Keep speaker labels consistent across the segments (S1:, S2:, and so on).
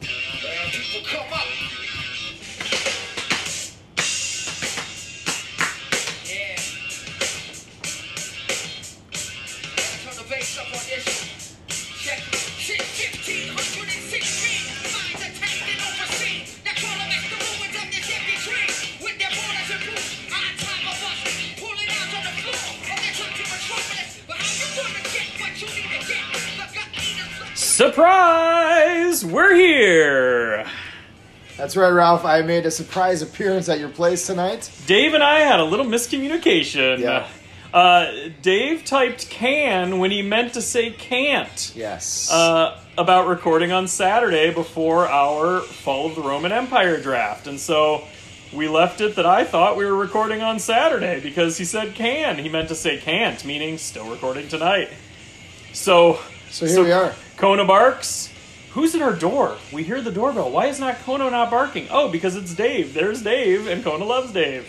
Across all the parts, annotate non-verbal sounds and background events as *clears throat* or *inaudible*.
S1: people come up. Yeah. Turn the bass up on this. Check it. Shit, 1516 Minds attacked and overseen. They call them as the ruins of this empty train. With their borders and roofs, on top of us. Pulling out on the floor of their truck to metropolis. But how you gonna get what you need to get? The gut eaters.
S2: Surprise! We're here!
S3: That's right, Ralph. I made a surprise appearance at your place tonight.
S2: Dave and I had a little miscommunication.
S3: Yeah.
S2: Uh, Dave typed can when he meant to say can't.
S3: Yes.
S2: Uh, about recording on Saturday before our Fall of the Roman Empire draft. And so we left it that I thought we were recording on Saturday because he said can. He meant to say can't, meaning still recording tonight. So,
S3: so here we are.
S2: Kona barks. Who's at our door? We hear the doorbell. Why is not Kona not barking? Oh, because it's Dave. There's Dave, and Kona loves Dave.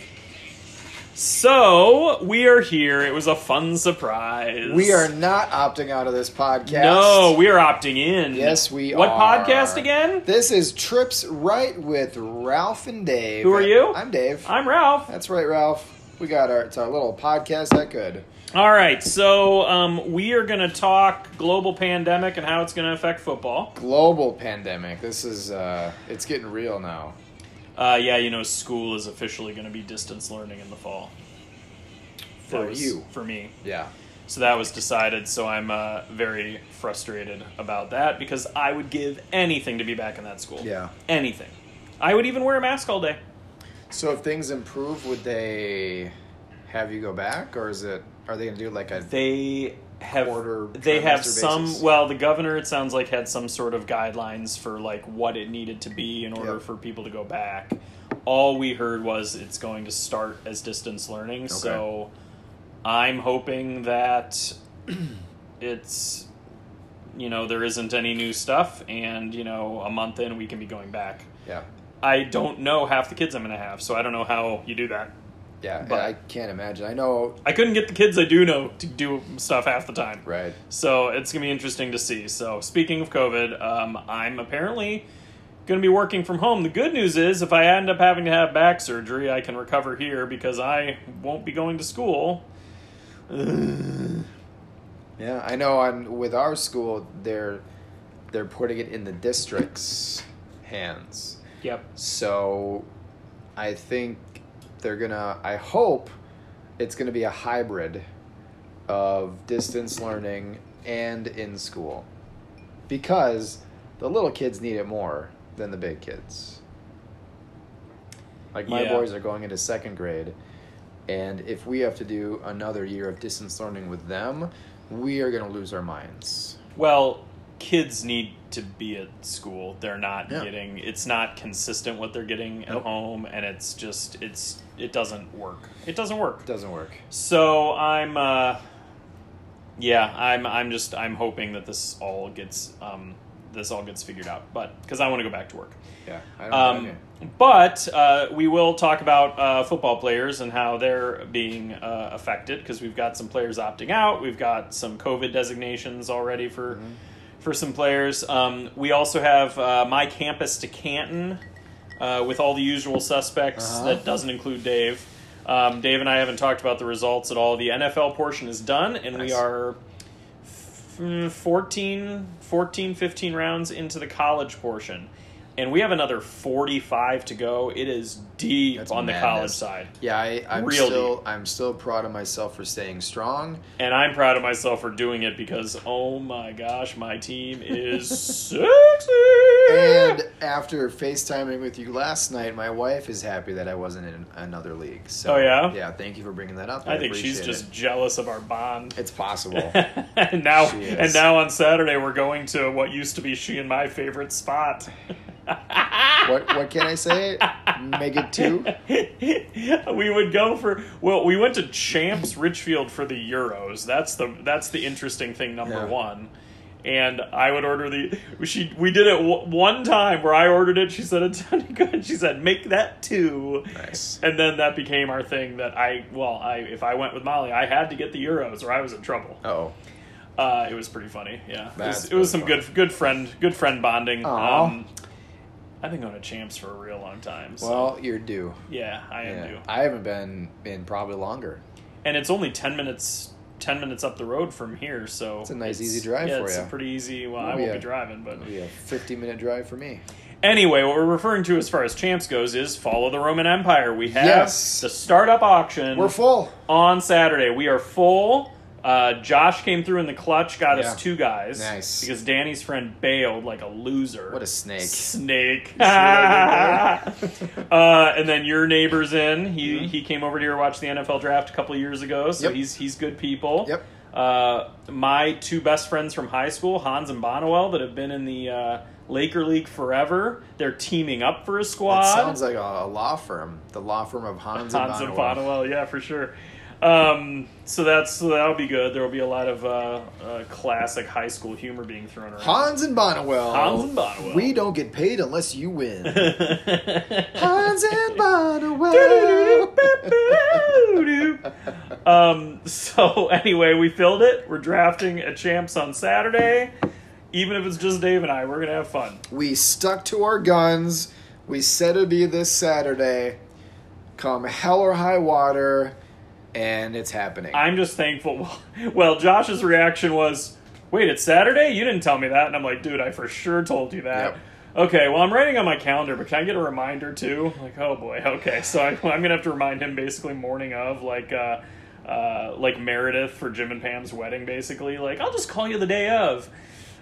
S2: So we are here. It was a fun surprise.
S3: We are not opting out of this podcast.
S2: No, we are opting in.
S3: Yes, we
S2: what
S3: are.
S2: What podcast again?
S3: This is Trips Right with Ralph and Dave.
S2: Who are you?
S3: I'm Dave.
S2: I'm Ralph.
S3: That's right, Ralph. We got our it's our little podcast that could.
S2: All right, so um, we are going to talk global pandemic and how it's going to affect football.
S3: Global pandemic. This is uh it's getting real now.
S2: Uh, yeah, you know, school is officially going to be distance learning in the fall.
S3: For
S2: That was-
S3: you.
S2: For me.
S3: Yeah.
S2: So that was decided. So I'm uh, very frustrated about that because I would give anything to be back in that school.
S3: Yeah.
S2: Anything. I would even wear a mask all day.
S3: So if things improve, would they have you go back or is it are they gonna do like a
S2: They have
S3: Quarter
S2: they have
S3: trimester
S2: some
S3: basis.
S2: well the governor it sounds like had some sort of guidelines for like what it needed to be in order
S3: Yep.
S2: for people to go back. All we heard was it's going to start as distance learning. So I'm hoping that *clears throat* it's you know there isn't any new stuff and you know a month in we can be going back
S3: Yeah.
S2: i don't know half the kids i'm gonna have so i don't know how you do that
S3: Yeah,
S2: But-
S3: I can't imagine. I know
S2: i couldn't get the kids i do know to do stuff half the time
S3: right.
S2: so it's gonna be interesting to see so speaking of covid um, i'm apparently gonna be working from home the good news is if i end up having to have back surgery i can recover here because i won't be going to school
S3: Yeah, I know. On with our school, they're they're putting it in the district's hands.
S2: yep
S3: So I think they're gonna. I hope it's gonna be a hybrid of distance learning and in school, because the little kids need it more than the big kids. Like my
S2: Yeah.
S3: boys are going into second grade, and if we have to do another year of distance learning with them, we are gonna lose our minds.
S2: Well, kids need to be at school. They're not
S3: Yeah.
S2: getting it's not consistent what they're getting at
S3: Nope.
S2: home and it's just it's it doesn't work. It doesn't work.
S3: Doesn't work.
S2: So I'm uh yeah, I'm I'm just I'm hoping that this all gets um this all gets figured out, but because I want to go back to work.
S3: Yeah, I don't know.
S2: Um, but uh, we will talk about uh, football players and how they're being uh, affected because we've got some players opting out. We've got some COVID designations already for
S3: Mm-hmm.
S2: for some players. Um, we also have uh, my campus to Canton uh, with all the usual suspects
S3: Uh-huh.
S2: that doesn't include Dave. Um, Dave and I haven't talked about the results at all. The NFL portion is done, and we
S3: Nice.
S2: are mm, 14, 14, 15 rounds into the college portion. And we have another 45 to go. It is deep
S3: That's
S2: on the
S3: madness.
S2: college side.
S3: Yeah, I, I'm
S2: Real
S3: still I'm still proud of myself for staying
S2: *laughs*
S3: strong.
S2: And I'm proud of myself for doing it because, oh my gosh, my team
S3: *laughs*
S2: is sexy.
S3: And after FaceTiming with you last night, my wife is happy that I wasn't in another league. So
S2: Oh, yeah?
S3: yeah. Thank you for bringing that up.
S2: I think she's
S3: appreciate
S2: just
S3: it.
S2: jealous of our bond. *laughs*
S3: it's possible.
S2: and now
S3: She is.
S2: and now on Saturday we're going to what used to be she and my favorite spot.
S3: what what can
S2: *laughs*
S3: I say? Make it two.
S2: we would go for well, we went to Champs Richfield for the Euros. That's the that's the interesting thing number
S3: Yeah.
S2: one. And I would order the she we did it w- one time where I ordered it. She said it sounded good. She said make that two.
S3: Nice.
S2: And then that became our thing that I well I if I went with Molly I had to get the Euros or I was in trouble.
S3: Oh,
S2: Uh, it was pretty funny. Yeah, it
S3: That's
S2: was, it was some
S3: pretty
S2: good good friend good friend bonding.
S3: Aw.
S2: Um, I've been going to champs for a real long time. So
S3: Well, you're due.
S2: yeah, I am
S3: Yeah.
S2: due.
S3: I haven't been in probably longer.
S2: and it's only ten minutes ten minutes up the road from here. So
S3: It's a nice, easy drive
S2: yeah,
S3: for
S2: it's
S3: ya. Oh,
S2: a pretty easy. Well, I
S3: It'll be
S2: won't
S3: a-
S2: be driving, but
S3: It'll be a 50 minute drive for me.
S2: Anyway, what we're referring to as far as champs goes is follow the Roman Empire. We have
S3: Yes.
S2: the startup auction
S3: We're full.
S2: on Saturday. We are full. Uh, Josh came through in the clutch, got
S3: Yeah.
S2: us two guys.
S3: Nice.
S2: Because Danny's friend bailed like a loser.
S3: What a snake.
S2: Snake.
S3: I
S2: *laughs* uh, and then your neighbor's in. He he came over here to watch the NFL draft a couple years ago, so
S3: Mm-hmm. Yep.
S2: he's he's good people.
S3: Yep.
S2: Uh, my two best friends from high school, Hans and Bonowell, that have been in the uh, Laker League forever. They're teaming up for a squad.
S3: It sounds like a, a law firm. The law firm of Hans,
S2: Hans and
S3: and Bonowell.
S2: Bonowell, yeah, for sure. Um, so that's so that'll be good. There will be a lot of uh, uh, classic high school humor being thrown around.
S3: Hans and Bonowell.
S2: Hans and Bonowell.
S3: We don't get paid unless you
S2: *laughs*
S3: win. Hans
S2: Hans
S3: and Bonowell.
S2: *laughs* um, so anyway, we filled it. We're drafting a champs on Saturday. Even if it's just Dave and I, we're gonna have fun.
S3: we stuck to our guns. We said it'd be this Saturday. Come hell or high water, and it's
S2: *laughs*
S3: happening.
S2: I'm just thankful. Well, Josh's reaction was, "Wait, it's Saturday? You didn't tell me that." And I'm like, "Dude, I for sure told you that."
S3: Yep.
S2: Okay, well, I'm writing on my calendar, but can I get a reminder too? Like, oh boy, *laughs* okay. So I, I'm gonna have to remind him basically morning of, like, uh, uh, like Meredith for Jim and Pam's wedding, basically. Like, I'll just call you the day of,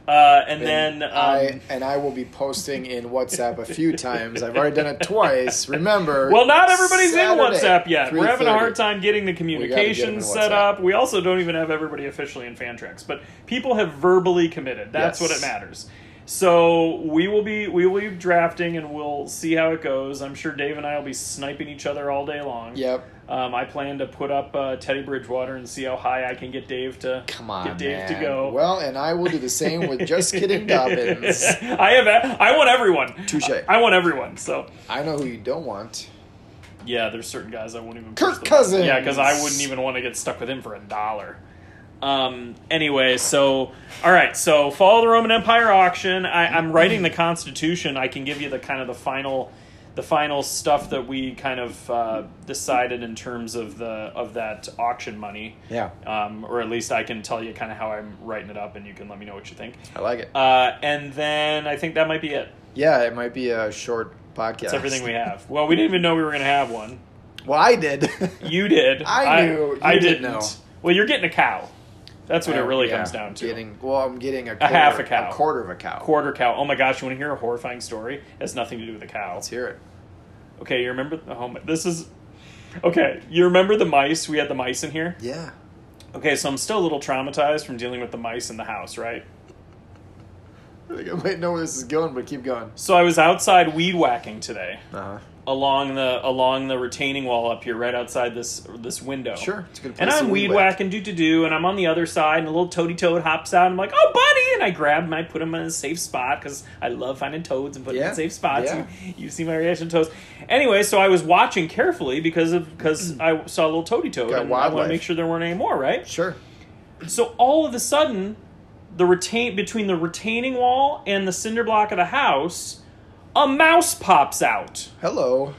S2: uh, and,
S3: And
S2: then um,
S3: I and I will be posting in WhatsApp a few times. I've already done it twice. Remember,
S2: Well, not everybody's
S3: Saturday,
S2: in WhatsApp yet. We're having a
S3: 3:30.
S2: hard time getting the
S3: them in
S2: communication set
S3: WhatsApp.
S2: up. We also don't even have everybody officially in Fantrax, but people have verbally committed. That's
S3: Yes.
S2: what it matters. So we will be we will be drafting, and we'll see how it goes. I'm sure Dave and I will be sniping each other all day long.
S3: Yep.
S2: Um, I plan to put up uh, Teddy Bridgewater and see how high I can get Dave to
S3: Come on,
S2: get Dave
S3: man.
S2: to go.
S3: Well, and I will do the same with
S2: *laughs*
S3: just kidding Dobbins.
S2: I have a- I want everyone.
S3: Touche.
S2: I want everyone. So
S3: I know who you don't want.
S2: Yeah, there's certain guys I wouldn't even.
S3: Kirk
S2: push them.
S3: Cousins!
S2: Yeah, because I wouldn't even want to get stuck with him for a dollar. Um. Anyway, so all right, so follow the Roman Empire auction. I, I'm writing the Constitution. I can give you the kind of the final, the final stuff that we kind of uh, decided in terms of the of that auction money.
S3: Yeah,
S2: Um, or at least I can tell you kind of how I'm writing it up, and you can let me know what you think.
S3: I like it.
S2: Uh, and then I think that might be it.
S3: yeah, it might be a short podcast.
S2: That's everything we have. Well, we didn't even know we were going to have one.
S3: Well, I did.
S2: *laughs* You did.
S3: I knew. You
S2: I
S3: didn't
S2: didn't.
S3: know. Oh,
S2: Well, you're getting a cow. That's what it really
S3: Yeah,
S2: comes down to.
S3: Getting well, I'm getting a, quarter,
S2: half a cow.
S3: quarter of a cow.
S2: Quarter cow. Oh my gosh! You want to hear a horrifying story? It has nothing to do with a cow.
S3: Let's hear it.
S2: Okay, you remember? Oh my, this is. Okay, you remember the mice? We had the mice in here.
S3: *laughs* Yeah.
S2: Okay, so I'm still a little traumatized from dealing with the mice in the house, right?
S3: I think I might know where this is going, but keep going.
S2: So I was outside weed whacking today
S3: Uh huh.
S2: along the along the retaining wall up here, right outside this this window.
S3: Sure, it's a good place.
S2: And
S3: to
S2: I'm weed
S3: whack.
S2: whacking doo doo doo, and I'm on the other side, and a little toady toad hops out. And I'm like, "Oh, buddy!" And I grab him, and I put him in a safe spot because I love finding toads and putting them
S3: Yeah,
S2: in safe spots.
S3: yeah.
S2: You, you see my reaction to toads. Anyway, so I was watching carefully because of because I saw a little toady toad,
S3: Mm. Got
S2: and I want
S3: wildlife.
S2: to make sure there weren't any more. Right.
S3: Sure.
S2: So all of a sudden, the retain between the retaining wall and the cinder block of the house, a mouse pops out
S3: Hello.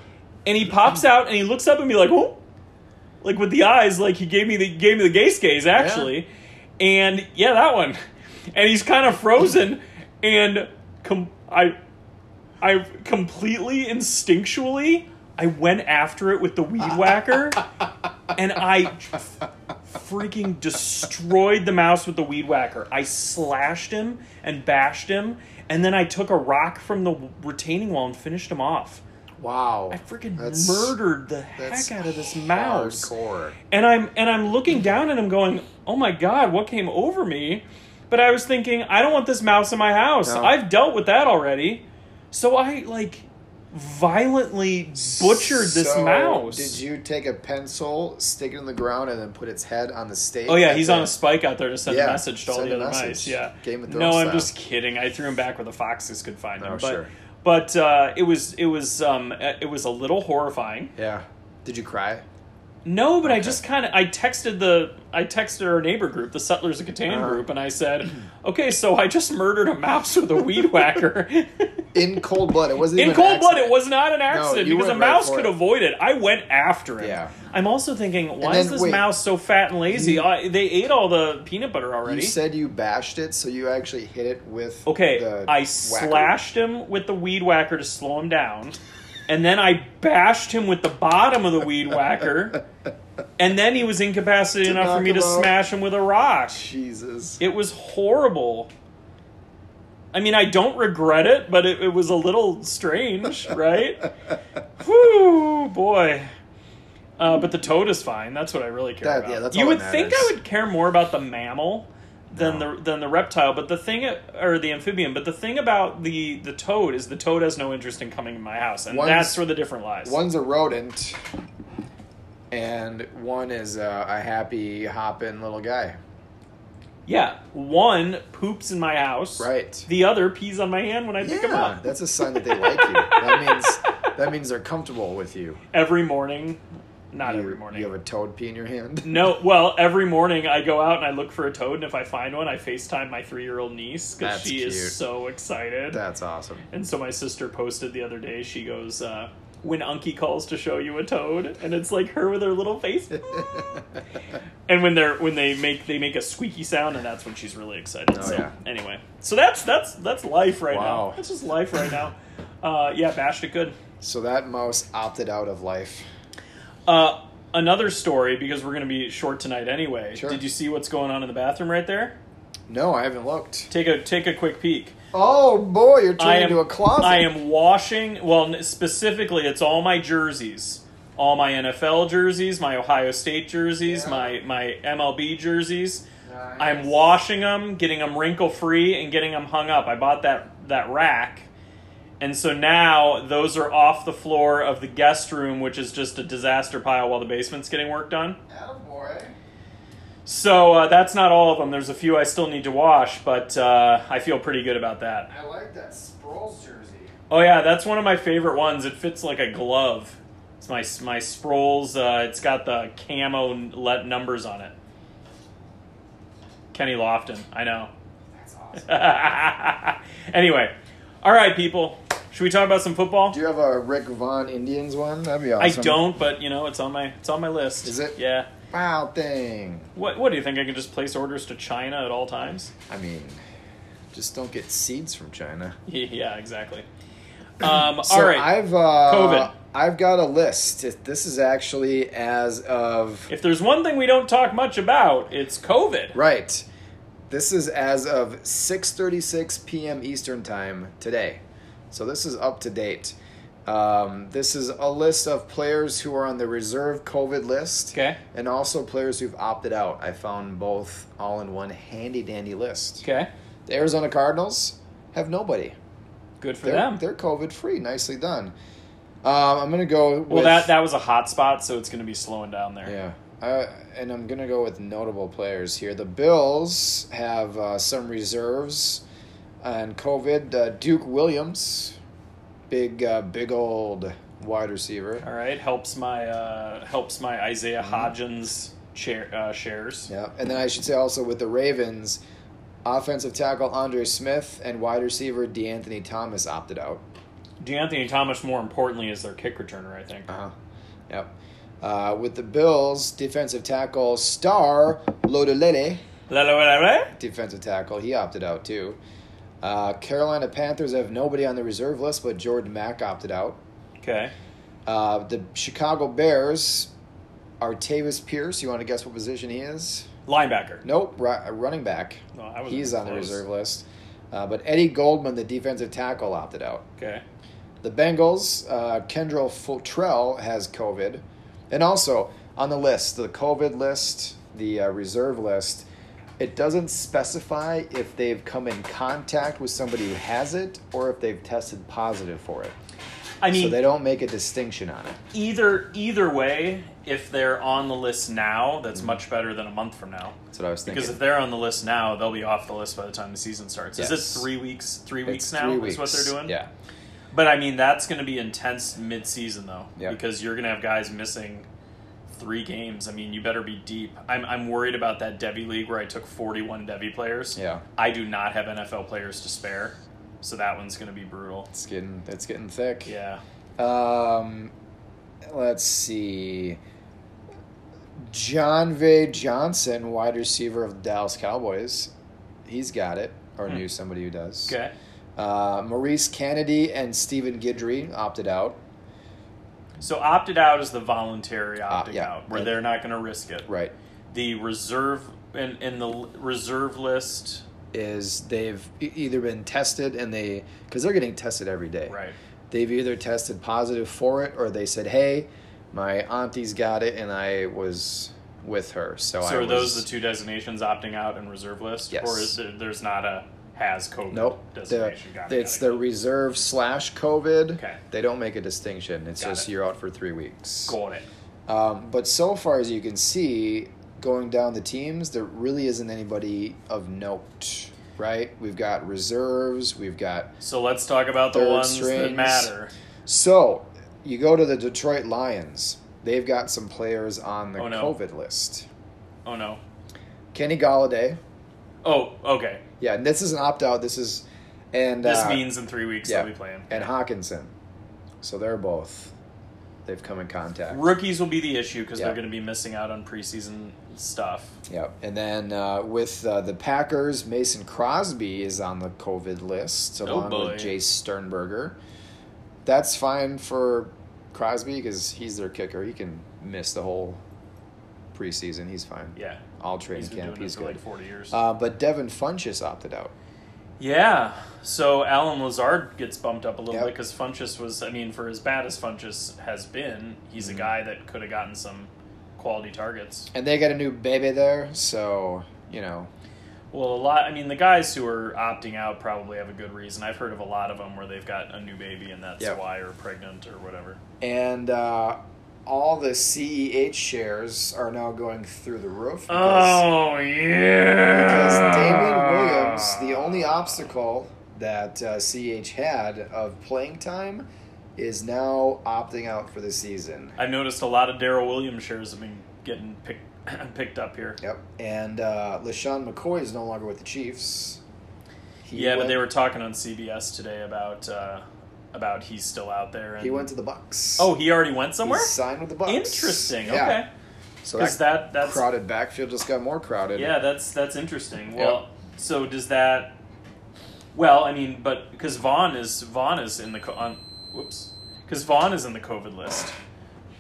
S2: and he pops out and he looks up at me like, oh, like with the eyes, like he gave me the gave me the gaze gaze actually, and yeah, that one, and he's kind of frozen, and com- I, I completely instinctually I went after it with the weed whacker, and I f- freaking destroyed the mouse with the weed whacker. I slashed him and bashed him, and then I took a rock from the w- retaining wall and finished him off.
S3: Wow.
S2: I freaking
S3: That's-
S2: murdered the
S3: that's
S2: heck out of this mouse.
S3: Hardcore.
S2: And I'm and I'm looking down and I'm going, "Oh my god, what came over me?" But I was thinking, "I don't want this mouse in my house.
S3: No.
S2: I've dealt with that already." So I like violently butchered this
S3: So,
S2: mouse.
S3: Did you take a pencil, stick it in the ground, and then put its head on the stake?
S2: Oh yeah, he's
S3: That's
S2: on a
S3: it.
S2: spike out there to send
S3: Yeah,
S2: a message to all
S3: send
S2: the
S3: a
S2: other
S3: message.
S2: mice. Yeah,
S3: Game of
S2: No,
S3: Thrones
S2: I'm
S3: style.
S2: just kidding. I threw him back where the foxes could find him.
S3: Oh,
S2: but
S3: sure.
S2: but uh, it was it was um it was a little horrifying.
S3: Yeah. Did you cry?
S2: No, but I just kind of I texted the I texted our neighbor group, the Settlers of Catan
S3: Uh-huh.
S2: group, and I said, "Okay, so I just murdered a mouse with a
S3: *laughs*
S2: weed whacker
S3: In cold blood, it wasn't
S2: in
S3: even an
S2: cold blood. It
S3: accident.
S2: was not an accident
S3: you
S2: because a
S3: went right
S2: mouse
S3: for
S2: could
S3: it.
S2: avoid it. I went after it.
S3: Yeah.
S2: I'm also thinking, why
S3: then,
S2: is this
S3: wait.
S2: mouse so fat and lazy? I, they ate all the peanut butter already.
S3: You said you bashed it, so you actually hit it with.
S2: Okay,
S3: the
S2: I
S3: whacker.
S2: slashed him with the weed whacker to slow him down, and then I bashed him with the bottom of the weed
S3: *laughs*
S2: whacker, and then he was incapacitated
S3: To
S2: enough for
S3: knock
S2: me to
S3: him out.
S2: smash him with a rock.
S3: Jesus.
S2: It was horrible. I mean, I don't regret it, but it, it was a little strange,
S3: *laughs*
S2: right? Whew, boy. Uh, but the toad is fine. That's what I really care
S3: That-
S2: about.
S3: yeah, that's
S2: you
S3: all
S2: would
S3: that
S2: think I
S3: matters.
S2: would care more about the mammal than the than the reptile, but the thing or the amphibian. But the thing about the the toad is the toad has no interest in coming in my house, and
S3: One's-
S2: that's where the different lies.
S3: One's a rodent, and one is uh, a happy hopping little guy.
S2: yeah, one poops in my house.
S3: Right.
S2: The other pees on my hand when I pick him
S3: Yeah,
S2: up
S3: that's a sign that they
S2: *laughs*
S3: like you. That means that means they're comfortable with you.
S2: every morning. Not
S3: you
S2: every morning.
S3: You have a toad pee in
S2: *laughs*
S3: your hand.
S2: No, well, every morning I go out and I look for a toad, and if I find one, I FaceTime my three year old niece because
S3: That's
S2: she
S3: cute.
S2: is so excited. *laughs*
S3: That's awesome.
S2: and so my sister posted the other day, she goes, uh, When Unky calls to show you a toad, and it's like her with her little face.
S3: *laughs*
S2: and when they're when they make they make a squeaky sound, and that's when she's really excited.
S3: Oh,
S2: so
S3: yeah.
S2: anyway. So that's that's that's life right
S3: Wow.
S2: now. That's just life right now. Uh, yeah, bashed it good.
S3: So that mouse opted out of life.
S2: Uh, another story because we're going to be short tonight anyway.
S3: Sure.
S2: Did you see what's going on in the bathroom right there?
S3: No, I haven't looked.
S2: Take a take a quick peek.
S3: Oh boy, you're
S2: I
S3: turning
S2: am
S3: into a closet.
S2: I am washing. Well, n- specifically, it's all my jerseys, all my NFL jerseys, my Ohio State jerseys,
S3: Yeah.
S2: my my MLB jerseys.
S3: Nice.
S2: I'm washing them, getting them wrinkle free, and getting them hung up. I bought that that rack. And so now those are off the floor of the guest room, which is just a disaster pile while the basement's getting work done.
S3: Attaboy.
S2: So uh, that's not all of them. There's a few I still need to wash, but uh, I feel pretty good about that.
S3: I like that Sproles jersey.
S2: Oh yeah, that's one of my favorite ones. It fits like a glove. It's my my Sproles. Uh, it's got the camo n- let numbers on it. Kenny Lofton, I know. *laughs*
S3: That's awesome.
S2: anyway, all right, people. Should we talk about some football?
S3: Do you have a Rick Vaughn Indians one? That'd be
S2: I
S3: awesome.
S2: don't, but you know it's on my it's on my list.
S3: Is it?
S2: Yeah.
S3: Wow thing.
S2: What What do you think? I can just place orders to China at all times? *laughs*
S3: I mean, just don't get seeds from China.
S2: Yeah, exactly. Um,
S3: So
S2: all right.
S3: I've uh,
S2: COVID.
S3: I've got a list. It- This is actually as of
S2: If there's one thing we don't talk much about, it's COVID.
S3: right. This is as of 6:36 p.m. Eastern time today. So this is up to date. Um, this is a list of players who are on the reserve COVID list,
S2: Okay.
S3: and also players who've opted out. I found both all in one handy dandy list.
S2: Okay.
S3: The Arizona Cardinals have nobody.
S2: Good for
S3: They're,
S2: them.
S3: they're COVID free. Nicely done. Um, I'm gonna go. With,
S2: well, that that was a hot spot, so it's going to be slowing down there.
S3: Yeah. Uh, and I'm going to go with notable players here. The Bills have uh, some reserves on COVID. Uh, Duke Williams, big, uh, big old wide receiver.
S2: All right, helps my uh, helps my Isaiah Hodgins chair, uh, shares.
S3: Mm-hmm. Yeah. And then I should say also with the Ravens, offensive tackle Andre Smith and wide receiver DeAnthony Thomas opted out.
S2: DeAnthony Thomas, more importantly, is their kick returner. I think.
S3: Uh-huh. Yep. Uh, with the Bills, defensive tackle Star Lodolele.
S2: La, la, la, la, la.
S3: defensive tackle. He opted out too. Uh, Carolina Panthers have nobody on the reserve list, but Jordan Mack opted out.
S2: Okay.
S3: Uh, the Chicago Bears, Artavis Pierce. You want to guess what position he is?
S2: Linebacker.
S3: Nope, ru- a running back.
S2: No, I wasn't
S3: He's on the
S2: close.
S3: reserve list. Uh, but Eddie Goldman, the defensive tackle, opted out.
S2: Okay.
S3: The Bengals, uh, Kendrell Futrell has COVID. And also on the list, the COVID list, the uh, reserve list, it doesn't specify if they've come in contact with somebody who has it or if they've tested positive for it.
S2: I mean,
S3: so they don't make a distinction on it.
S2: either either way, if they're on the list now,
S3: Mm-hmm.
S2: that's much better than a month from now.
S3: That's what I was thinking.
S2: Because if they're on the list now, they'll be off the list by the time the season starts. Is
S3: Yes.
S2: it three weeks? Three
S3: It's
S2: weeks now
S3: three
S2: is what
S3: weeks.
S2: they're doing.
S3: Yeah.
S2: But I mean, that's going to be intense mid-season though,
S3: Yeah.
S2: because you're going to have guys missing three games, I mean, you better be deep. I'm, I'm worried about that Devi league where I took 41 Devi players.
S3: Yeah.
S2: I do not have NFL players to spare, so that one's going to be brutal.
S3: It's getting it's getting thick.
S2: Yeah.
S3: Um, let's see. John V. Johnson, wide receiver of the Dallas Cowboys, he's got it, or
S2: Hmm.
S3: knew somebody who does.
S2: Okay.
S3: Uh, Maurice Kennedy and Stephen Guidry opted out.
S2: So opted out is the voluntary opting
S3: Ah, yeah.
S2: out, where
S3: And-
S2: they're not going to risk it.
S3: Right.
S2: The reserve and in, the l- reserve list,
S3: Is they've e- either been tested and they, because they're getting tested every day.
S2: right?
S3: They've either tested positive for it or they said, hey, my auntie's got it and I was with her. So, I
S2: so are
S3: was,
S2: those the two designations opting out and reserve list,
S3: Yes.
S2: or is there, there's not a has COVID
S3: Nope. The,
S2: designation? Got it,
S3: it's
S2: got it.
S3: the reserve slash COVID.
S2: Okay.
S3: They don't make a distinction. It's
S2: Got
S3: just
S2: it.
S3: you're out for three weeks.
S2: got it.
S3: Um, but so far as you can see, going down the teams, there really isn't anybody of note, right? We've got reserves. We've got
S2: So let's talk about the
S3: Third
S2: ones that
S3: strings.
S2: matter.
S3: so you go to the Detroit Lions. They've got some players on the
S2: Oh, no.
S3: COVID list.
S2: Oh no.
S3: Kenny Galladay.
S2: Oh, okay.
S3: Yeah, and this is an opt out. This is and
S2: This
S3: uh,
S2: means in three weeks
S3: yeah,
S2: they'll be playing.
S3: and Hawkinson. So they're both. They've come in contact.
S2: Rookies will be the issue because
S3: Yeah.
S2: they're going to be missing out on preseason stuff.
S3: Yep. And then uh, with uh, the Packers, Mason Crosby is on the COVID list
S2: Oh,
S3: along
S2: boy.
S3: with Jace Sternberger. That's fine for Crosby because he's their kicker. He can miss the whole preseason. He's fine.
S2: Yeah,
S3: All
S2: he's
S3: training
S2: been
S3: camp,
S2: doing it
S3: he's
S2: for
S3: good.
S2: like forty years.
S3: Uh, but Devin Funchess opted out.
S2: Yeah. So Alan Lazard gets bumped up a little
S3: Yep.
S2: bit 'cause bit because Funchess was, I mean, for as bad as Funchess has been, he's
S3: Mm-hmm.
S2: a guy that could have gotten some quality targets.
S3: And they got a new baby there, so, you know,
S2: Well, a lot, I mean, the guys who are opting out probably have a good reason. I've heard of a lot of them where they've got a new baby and that's
S3: Yep.
S2: why, or pregnant, or whatever.
S3: and uh, all the CEH shares are now going through the roof. because-
S2: Oh, yeah.
S3: because Damian Williams, the only obstacle that uh, CH had of playing time, is now opting out for the season.
S2: I've noticed a lot of Daryl Williams shares have been getting picked *clears throat* picked up here.
S3: Yep. And uh, LaShawn McCoy is no longer with the Chiefs. He
S2: yeah, but
S3: went-
S2: they were talking on CBS today about uh, about he's still out there. And
S3: He went to the Bucks.
S2: Oh, he already went somewhere.
S3: He signed with the Bucks.
S2: Interesting.
S3: Yeah.
S2: Okay.
S3: So
S2: Because
S3: that,
S2: that that's
S3: crowded backfield just got more crowded.
S2: yeah that's that's interesting. Well, so does that? Well, I mean, but because Vaughn is Vaughn is in the co- on whoops because Vaughn is in the COVID list.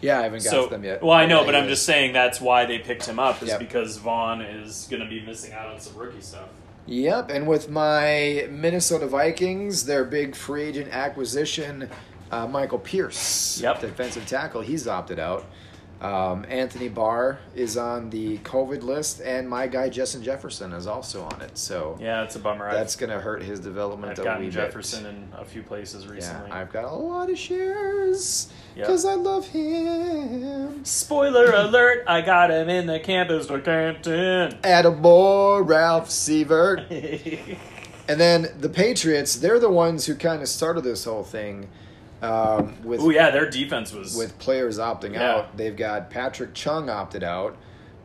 S3: Yeah, I haven't got
S2: So
S3: to them yet.
S2: well, I know,
S3: Yeah,
S2: but
S3: he
S2: I'm
S3: is.
S2: just saying that's why they picked him up is
S3: Yep.
S2: because Vaughn is going to be missing out on some rookie stuff.
S3: Yep, and with my Minnesota Vikings, their big free agent acquisition, uh, Michael Pierce,
S2: Yep.
S3: defensive tackle, he's opted out. Um, Anthony Barr is on the COVID list, and my guy Justin Jefferson is also on it. So
S2: Yeah, it's a bummer. I've-
S3: that's going to hurt his development.
S2: I've
S3: a wee
S2: gotten
S3: bit.
S2: Jefferson in a few places
S3: Yeah,
S2: recently.
S3: I've got a lot of shares
S2: Yep.
S3: because I love him.
S2: Spoiler alert! I got him in the campus to Canton.
S3: *laughs* Attaboy, Ralph Sievert.
S2: yeah,
S3: And then the Patriots, they're the ones who kind of started this whole thing um, with
S2: oh yeah, their defense was.
S3: with players opting
S2: Yeah.
S3: out. They've got Patrick Chung opted out,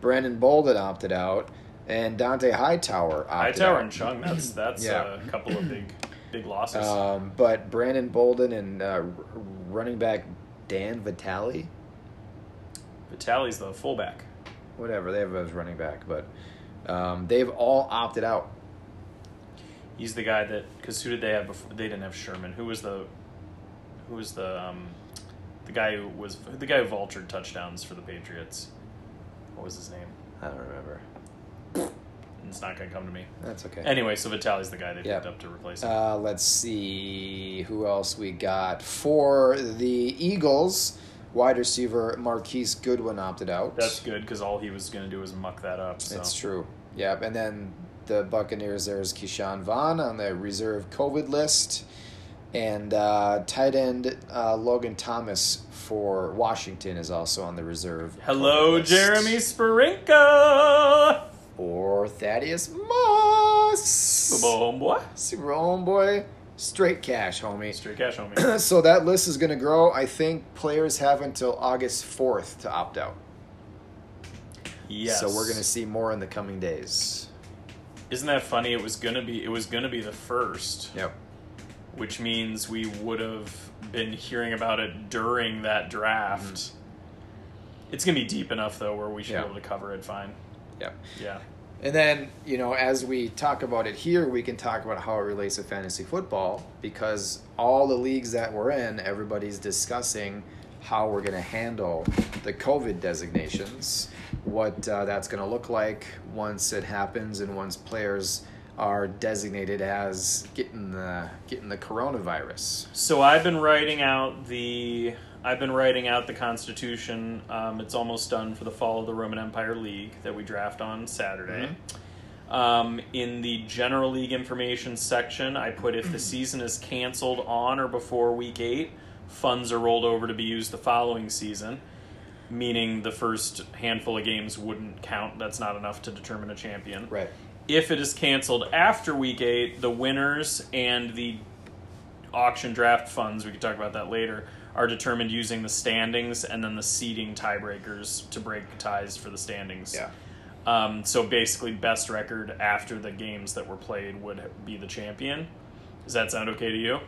S3: Brandon Bolden opted out, and Dante Hightower opted
S2: Hightower and
S3: out.
S2: Chung.
S3: *clears throat*
S2: That's that's
S3: Yeah.
S2: a couple of big big losses.
S3: Um, but Brandon Bolden and uh, r- running back Dan Vitale,
S2: Vitali's the fullback.
S3: whatever they have as running back, but um, they've all opted out.
S2: He's the guy that because who did they have before? They didn't have Sherman. Who was the who was the um, the guy who was the guy who vultured touchdowns for the Patriots? What was his name?
S3: I don't remember.
S2: It's not gonna come to me.
S3: That's okay.
S2: Anyway, so Vitali's the guy they
S3: Yeah.
S2: picked up to replace him.
S3: Uh, let's see who else we got for the Eagles. Wide receiver Marquise Goodwin opted out.
S2: That's good because all he was going to do was muck that up. So.
S3: It's true. Yep. And then the Buccaneers, there's Keyshawn Vaughn on the reserve COVID list. And uh, tight end uh, Logan Thomas for Washington is also on the reserve. COVID
S2: Hello,
S3: list.
S2: Jeremy Sparinka.
S3: Or Thaddeus Moss.
S2: Super homeboy.
S3: Super homeboy. Straight cash, homie.
S2: Straight cash
S3: *clears throat*
S2: homie.
S3: So that list is going to grow. I think players have until August 4th to opt out.
S2: Yes.
S3: So we're going to see more in the coming days.
S2: Isn't that funny? It was gonna be. It was gonna be the first,
S3: Yep.
S2: which means we would have been hearing about it during that draft. It's gonna be deep enough though, where we should
S3: Yeah.
S2: be able to cover it fine.
S3: Yep.
S2: Yeah.
S3: And then, you know, as we talk about it here, we can talk about how it relates to fantasy football because all the leagues that we're in, everybody's discussing how we're going to handle the COVID designations, what uh, that's going to look like once it happens and once players are designated as getting the getting the coronavirus.
S2: So I've been writing out the I've been writing out the Constitution. Um, it's almost done for the fall of the Roman Empire League that we draft on Saturday. Um, in the general league information section, I put if the season is canceled on or before week eight, funds are rolled over to be used the following season, meaning the first handful of games wouldn't count. That's not enough to determine a champion
S3: Right.
S2: if it is canceled after week eight, the winners and the auction draft funds, we could talk about that later, are determined using the standings and then the seeding tiebreakers to break ties for the standings.
S3: Yeah.
S2: Um, so basically, best record after the games that were played would be the champion. Does that sound okay to you?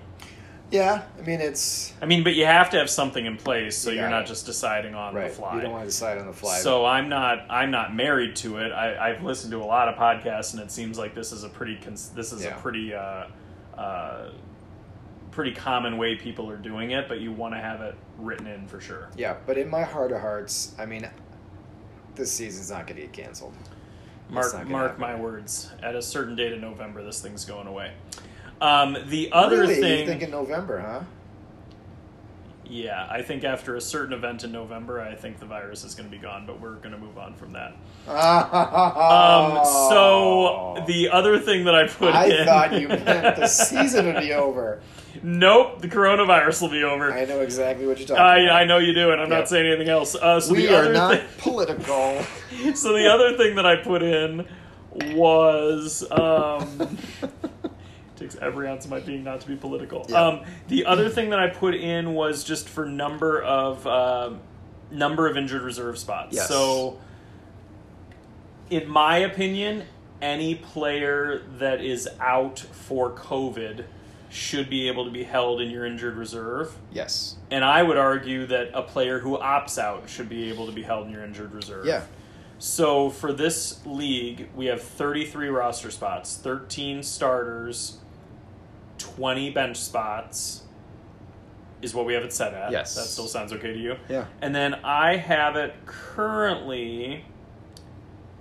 S3: Yeah, I mean it's
S2: I mean, but you have to have something in place so
S3: You
S2: you're
S3: got
S2: not
S3: it.
S2: just deciding on
S3: right.
S2: the fly.
S3: You don't want to decide on the fly.
S2: So I'm not I'm not married to it. I, I've listened to a lot of podcasts, and it seems like this is a pretty cons- this is
S3: Yeah.
S2: a pretty uh, uh, pretty common way people are doing it. But you want to have it written in for sure.
S3: yeah, but in my heart of hearts, I mean this season's not going to get canceled.
S2: Mark
S3: not gonna
S2: mark
S3: happen.
S2: my words. At a certain date in November, this thing's going away. Um, the other
S3: really?
S2: thing,
S3: You think in November, huh?
S2: yeah, I think after a certain event in November, I think the virus is going to be gone. But we're going to move on from that. Um, so the other thing that I put, *laughs*
S3: Oh. I
S2: in-
S3: thought you meant the
S2: *laughs*
S3: season would be over.
S2: Nope, the coronavirus will be over.
S3: I
S2: I,
S3: know exactly what you're talking about.
S2: I, know you do, and I'm
S3: Yep.
S2: not saying anything else. Uh, so
S3: we
S2: the
S3: are
S2: other
S3: not
S2: thi- *laughs*
S3: political.
S2: so the other thing that I put in was um, *laughs* takes every ounce of my being not to be political.
S3: Yeah.
S2: Um, the other thing that I put in was just for number of um number of injured reserve spots.
S3: Yes.
S2: So, in my opinion, any player that is out for COVID should be able to be held in your injured reserve.
S3: yes.
S2: And I would argue that a player who opts out should be able to be held in your injured reserve.
S3: Yeah.
S2: So for this league, we have 33 roster spots, 13 starters, 20 bench spots is what we have it set at.
S3: Yes.
S2: That still sounds okay to you?
S3: Yeah.
S2: And then I have it currently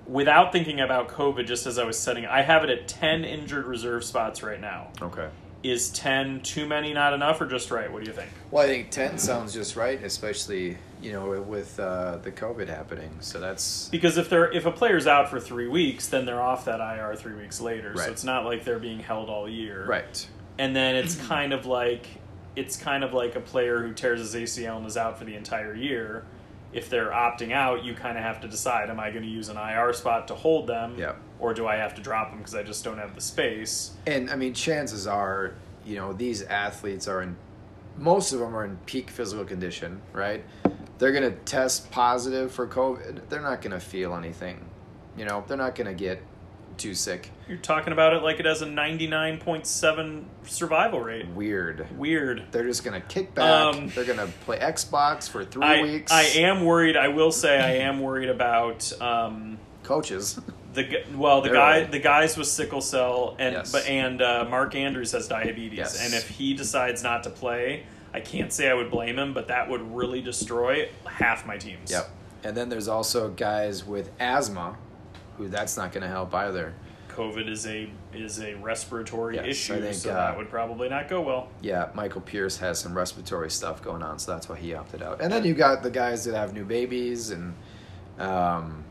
S2: without thinking about COVID just as I was setting. I have it at 10 injured reserve spots right now.
S3: Okay.
S2: Is 10 too many not enough or just right? What do you think?
S3: Well, I think ten sounds just right, especially you know with uh, the COVID happening. So that's
S2: Because if they're if a player's out for three weeks, then they're off that IR three weeks later.
S3: Right.
S2: So it's not like they're being held all year.
S3: right.
S2: And then it's kind of like it's kind of like a player who tears his ACL and is out for the entire year. If they're opting out, you kind of have to decide: Am I going to use an IR spot to hold them,
S3: Yeah.
S2: or do I have to drop them because I just don't have the space?
S3: And I mean, chances are, you know, these athletes are in, most of them are in peak physical condition, right? They're going to test positive for COVID. They're not going to feel anything. You know, they're not going to get too sick.
S2: You're talking about it like it has a 99.7 survival rate.
S3: Weird.
S2: Weird.
S3: They're just going to kick back.
S2: Um,
S3: they're going to play Xbox for three
S2: I,
S3: weeks.
S2: I am worried. I will say I am worried about. Um,
S3: Coaches.
S2: The gu- well, the
S3: They're
S2: guy,
S3: old.
S2: the guys with sickle cell, and
S3: Yes.
S2: but and uh, Mark Andrews has diabetes,
S3: Yes.
S2: and if he decides not to play, I can't say I would blame him, but that would really destroy half my teams.
S3: yep. And then there's also guys with asthma who that's not going to help either.
S2: COVID is a is a respiratory
S3: Yes, I
S2: issue,
S3: think,
S2: so
S3: uh,
S2: that would probably not go well.
S3: yeah, Michael Pierce has some respiratory stuff going on, so that's why he opted out. And then you got the guys that have new babies, and um,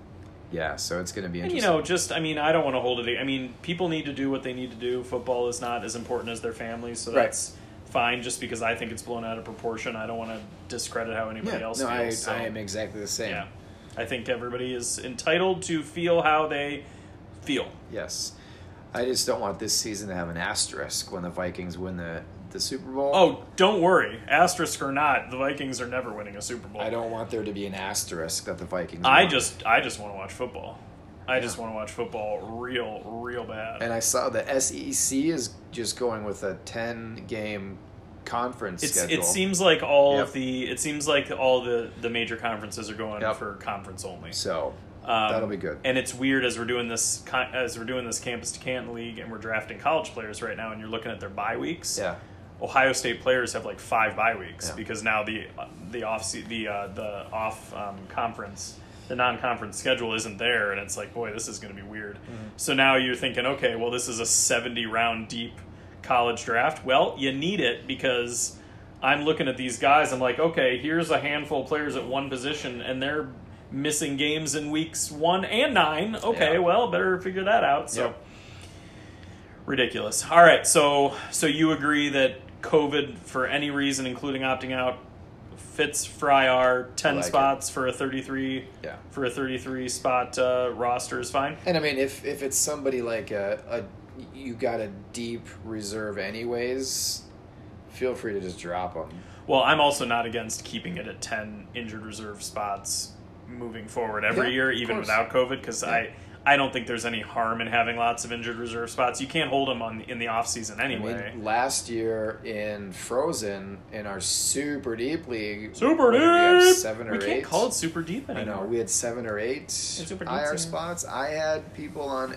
S3: yeah, so it's going to be
S2: And
S3: interesting.
S2: you know, just I mean, I don't want to hold it. I mean, people need to do what they need to do. Football is not as important as their families, so
S3: Right.
S2: that's fine. Just because I think it's blown out of proportion, I don't want to discredit how anybody
S3: yeah,
S2: else
S3: no,
S2: feels.
S3: I,
S2: so.
S3: I am exactly the same.
S2: Yeah. I think everybody is entitled to feel how they feel.
S3: Yes, I just don't want this season to have an asterisk when the Vikings win the the Super Bowl.
S2: Oh, don't worry. Asterisk or not, the Vikings are never winning a Super Bowl.
S3: I don't want there to be an asterisk that the Vikings.
S2: I
S3: won.
S2: just I just want to watch football. I just want to watch football real real bad.
S3: and I saw the SEC is just going with a ten game conference
S2: it's,
S3: schedule.
S2: it seems like all
S3: Yep.
S2: of the it seems like all the the major conferences are going
S3: Yep.
S2: for conference only.
S3: so.
S2: Um,
S3: that'll be good.
S2: And it's weird as we're doing this con- as we're doing this campus to Canton league and we're drafting college players right now and you're looking at their bye weeks.
S3: Yeah.
S2: Ohio State players have like five bye weeks
S3: Yeah.
S2: because now the the off se- the uh, the off um, conference the non conference schedule isn't there, and it's like, boy, this is going to be weird.
S3: Mm-hmm.
S2: So now you're thinking, okay, well, this is a seventy round deep college draft. Well, you need it because I'm looking at these guys. I'm like, okay, here's a handful of players at one position, and they're missing games in weeks one and nine. Okay,
S3: Yeah.
S2: well, better figure that out. So.
S3: Yep.
S2: Ridiculous. All right, so so you agree that COVID, for any reason, including opting out, fits Fryar ten
S3: I like it.
S2: spots for a thirty-three
S3: Yeah.
S2: for a thirty-three spot uh, roster is fine.
S3: And I mean, if if it's somebody like a, a you got a deep reserve, anyways, feel free to just drop them.
S2: Well, I'm also not against keeping it at ten injured reserve spots moving forward every
S3: Yeah,
S2: year,
S3: of
S2: even
S3: course.
S2: without COVID, because
S3: Yeah.
S2: I. I don't think there's any harm in having lots of injured reserve spots. You can't hold them on in the off season anyway.
S3: I mean, last year in Frozen in our super deep league,
S2: super
S3: we
S2: deep.
S3: have seven or
S2: we
S3: eight.
S2: can't call it super deep
S3: I
S2: anymore.
S3: know we had seven or eight
S2: super deep,
S3: IR
S2: yeah.
S3: spots. I had people on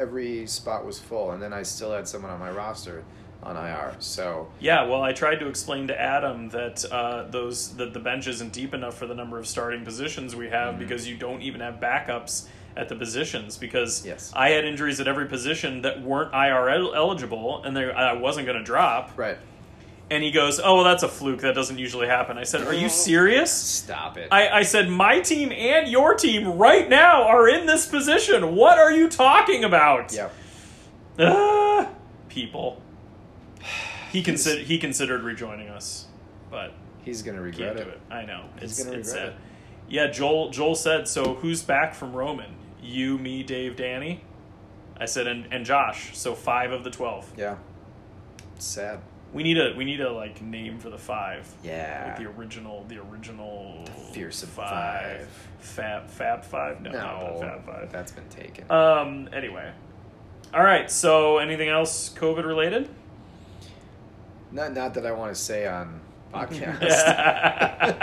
S3: every spot was full, and then I still had someone on my roster on IR. So
S2: Yeah, well, I tried to explain to Adam that uh, those that the bench isn't deep enough for the number of starting positions we have
S3: Mm-hmm.
S2: because you don't even have backups at the positions because
S3: Yes.
S2: I had injuries at every position that weren't IR el- eligible and they, I wasn't going to drop.
S3: right,
S2: And he goes, "Oh, well, that's a fluke. That doesn't usually happen." I said, "Are you serious?"
S3: stop it.
S2: I, I said, "My team and your team right now are in this position. What are you talking about?"
S3: yep.
S2: Ah,
S3: *sighs*
S2: people. He consider he considered rejoining us, but
S3: He's gonna regret
S2: can't do it. I know
S3: He's
S2: it's
S3: gonna
S2: it's
S3: regret
S2: sad. Yeah, Joel Joel said so. Who's back from Roman? You, me, Dave, Danny. I said and and Josh. So five of the twelve.
S3: Yeah. Sad.
S2: We need a we need a like name for the five.
S3: Yeah.
S2: Like the original, the original
S3: fearsome five.
S2: Fab Fab Five. No, not the Fab Five.
S3: that's been taken.
S2: Um. Anyway, all right. So, anything else COVID related?
S3: not not that I want to
S2: *laughs*
S3: say on podcast. *laughs*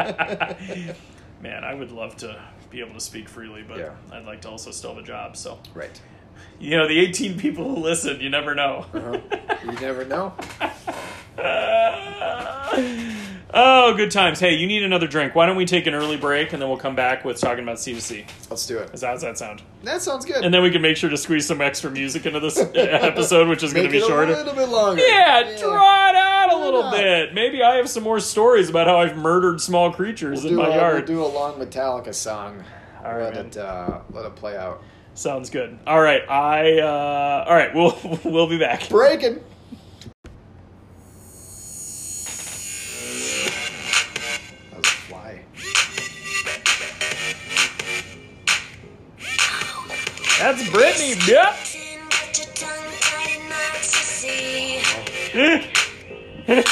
S2: Man, I would love to be able to speak freely, but
S3: Yeah.
S2: I'd like to also still have a job. So,
S3: Right.
S2: you know, the 18 people who listen, you never know.
S3: Uh-huh. You never know.
S2: *laughs* oh, good times. Hey, you need another drink. Why don't we take an early break and then we'll come back with talking about C2C?
S3: Let's do it.
S2: As how's that sound?
S3: That sounds good.
S2: And then we can make sure to squeeze some extra music into this uh,
S3: *laughs*
S2: episode, which is going to
S3: Make
S2: be
S3: it
S2: shorter.
S3: a little bit longer.
S2: Yeah, draw it out a
S3: Why
S2: little
S3: not?
S2: bit. Maybe I have some more stories about how I've murdered small creatures
S3: We'll
S2: in
S3: do,
S2: my
S3: a,
S2: yard.
S3: we'll do a long Metallica song.
S2: All right,
S3: let
S2: man.
S3: it uh, let it play out.
S2: Sounds good. All right, I. Uh, all right, we'll *laughs* we'll be back.
S3: Breaking. That was a fly.
S2: That's Brittany. Yep. Eh.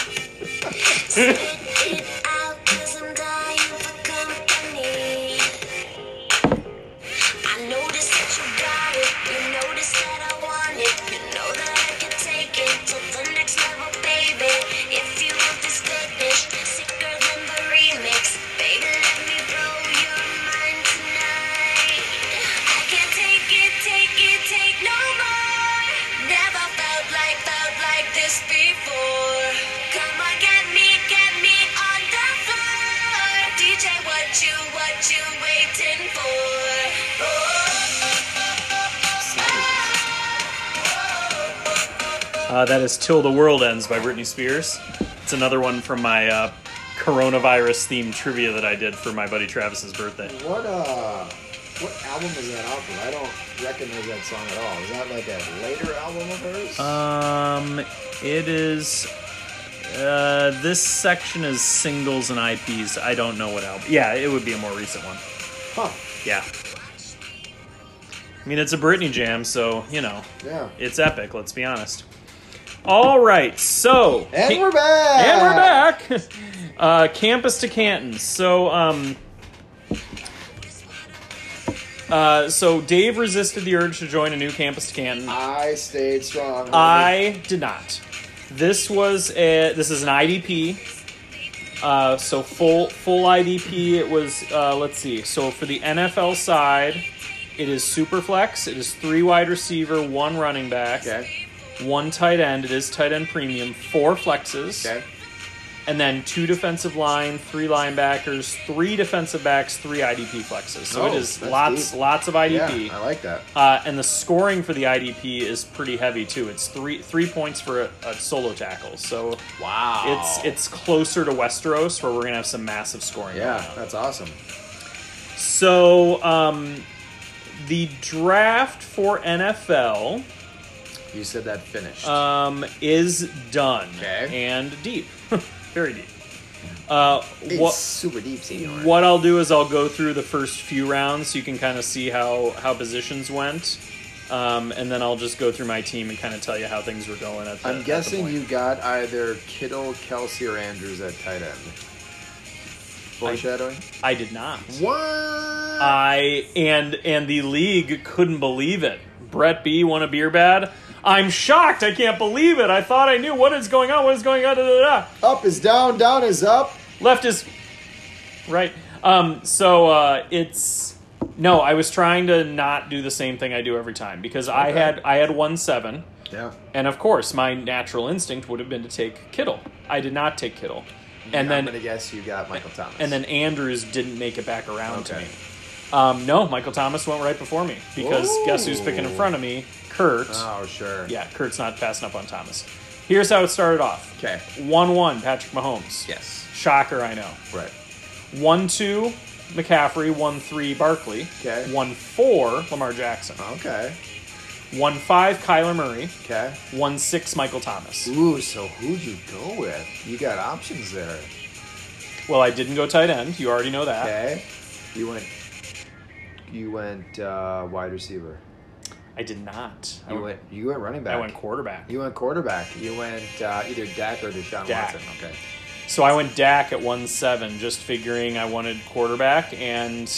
S1: Baby, let me blow your mind tonight. I can't take it, take it, take no more. Never felt like, felt like this before. Come on, get me, get me on the floor. DJ, what you, what you waiting for?
S2: Uh, that is "Till the World Ends" by Britney Spears. It's another one from my uh, coronavirus themed trivia that I did for my buddy Travis's birthday.
S3: What uh, what album is that off of? I don't recognize that song at all. Is that like a later album of hers?
S2: Um, it is. Uh, this section is singles and IPs. I don't know what album. Yeah, it would be a more recent one.
S3: huh.
S2: Yeah. I mean, it's a Britney jam, so you know
S3: Yeah.
S2: it's epic. Let's be honest. All right, so
S3: And
S2: Ca-
S3: we're back.
S2: and we're back. *laughs* Uh, campus to Canton. So, um, uh, so Dave resisted the urge to join a new campus to Canton.
S3: I stayed strong. homie.
S2: I did not. This was a, this is an IDP. Uh, so full full IDP. It was uh, let's see. So for the NFL side, it is super flex. It is three wide receiver, one running back,
S3: okay.
S2: one tight end. It is tight end premium, four flexes,
S3: Okay.
S2: and then two defensive line, three linebackers, three defensive backs, three IDP flexes. So
S3: Oh,
S2: it is
S3: that's
S2: lots
S3: deep.
S2: lots of IDP.
S3: Yeah, I like that.
S2: Uh, and the scoring for the IDP is pretty heavy too. It's three three points for a, a solo tackle, so
S3: Wow.
S2: it's it's closer to Westeros where we're gonna have some massive scoring.
S3: yeah,
S2: going on.
S3: that's awesome.
S2: So um, the draft for NFL
S3: You said that finished.
S2: um, is done
S3: Okay. Hmm.
S2: and deep, *laughs* very deep. Uh,
S3: it's
S2: what
S3: super deep, senor.
S2: What I'll do is I'll go through the first few rounds so you can kind of see how how positions went, um, and then I'll just go through my team and kind of tell you how things were going. At the,
S3: I'm
S2: at the
S3: guessing
S2: point.
S3: you got either Kittle, Kelsey, or Andrews at tight end. Foreshadowing.
S2: I Uh, did not.
S3: what?
S2: I and and the league couldn't believe it. Brett B won a beer bad. I'm shocked. I can't believe it. I thought I knew what is going on. What is going on? Da, da, da.
S3: up is down, down is up.
S2: left is right um so uh it's no i was trying to not do the same thing i do every time because i
S3: Okay.
S2: had i had one seven
S3: Yeah.
S2: and of course my natural instinct would have been to take kittle i did not take kittle and then
S3: I'm gonna guess you got Michael Thomas.
S2: and then andrews didn't make it back around to
S3: Okay.
S2: me um no michael thomas went right before me because guess who's
S3: Ooh.
S2: picking in front of me kurt
S3: Oh sure.
S2: yeah kurt's not passing up on thomas here's how it started off
S3: Okay.
S2: 1-1 patrick mahomes
S3: Yes.
S2: shocker i know
S3: Right.
S2: one two McCaffrey, one three Barkley,
S3: Okay.
S2: one four Lamar Jackson,
S3: Okay.
S2: one five Kyler Murray,
S3: Okay.
S2: one six Michael Thomas.
S3: Ooh, so who'd you go with? You got options there.
S2: Well, I didn't go tight end. You already know that.
S3: Okay. You went. You went uh, wide receiver.
S2: I did not. I
S3: You
S2: went,
S3: went. You went running back.
S2: I went quarterback.
S3: You went quarterback. You went uh, either Dak or Deshaun
S2: Dak.
S3: Watson. Okay.
S2: So I went Dak at one seven, just figuring I wanted quarterback, and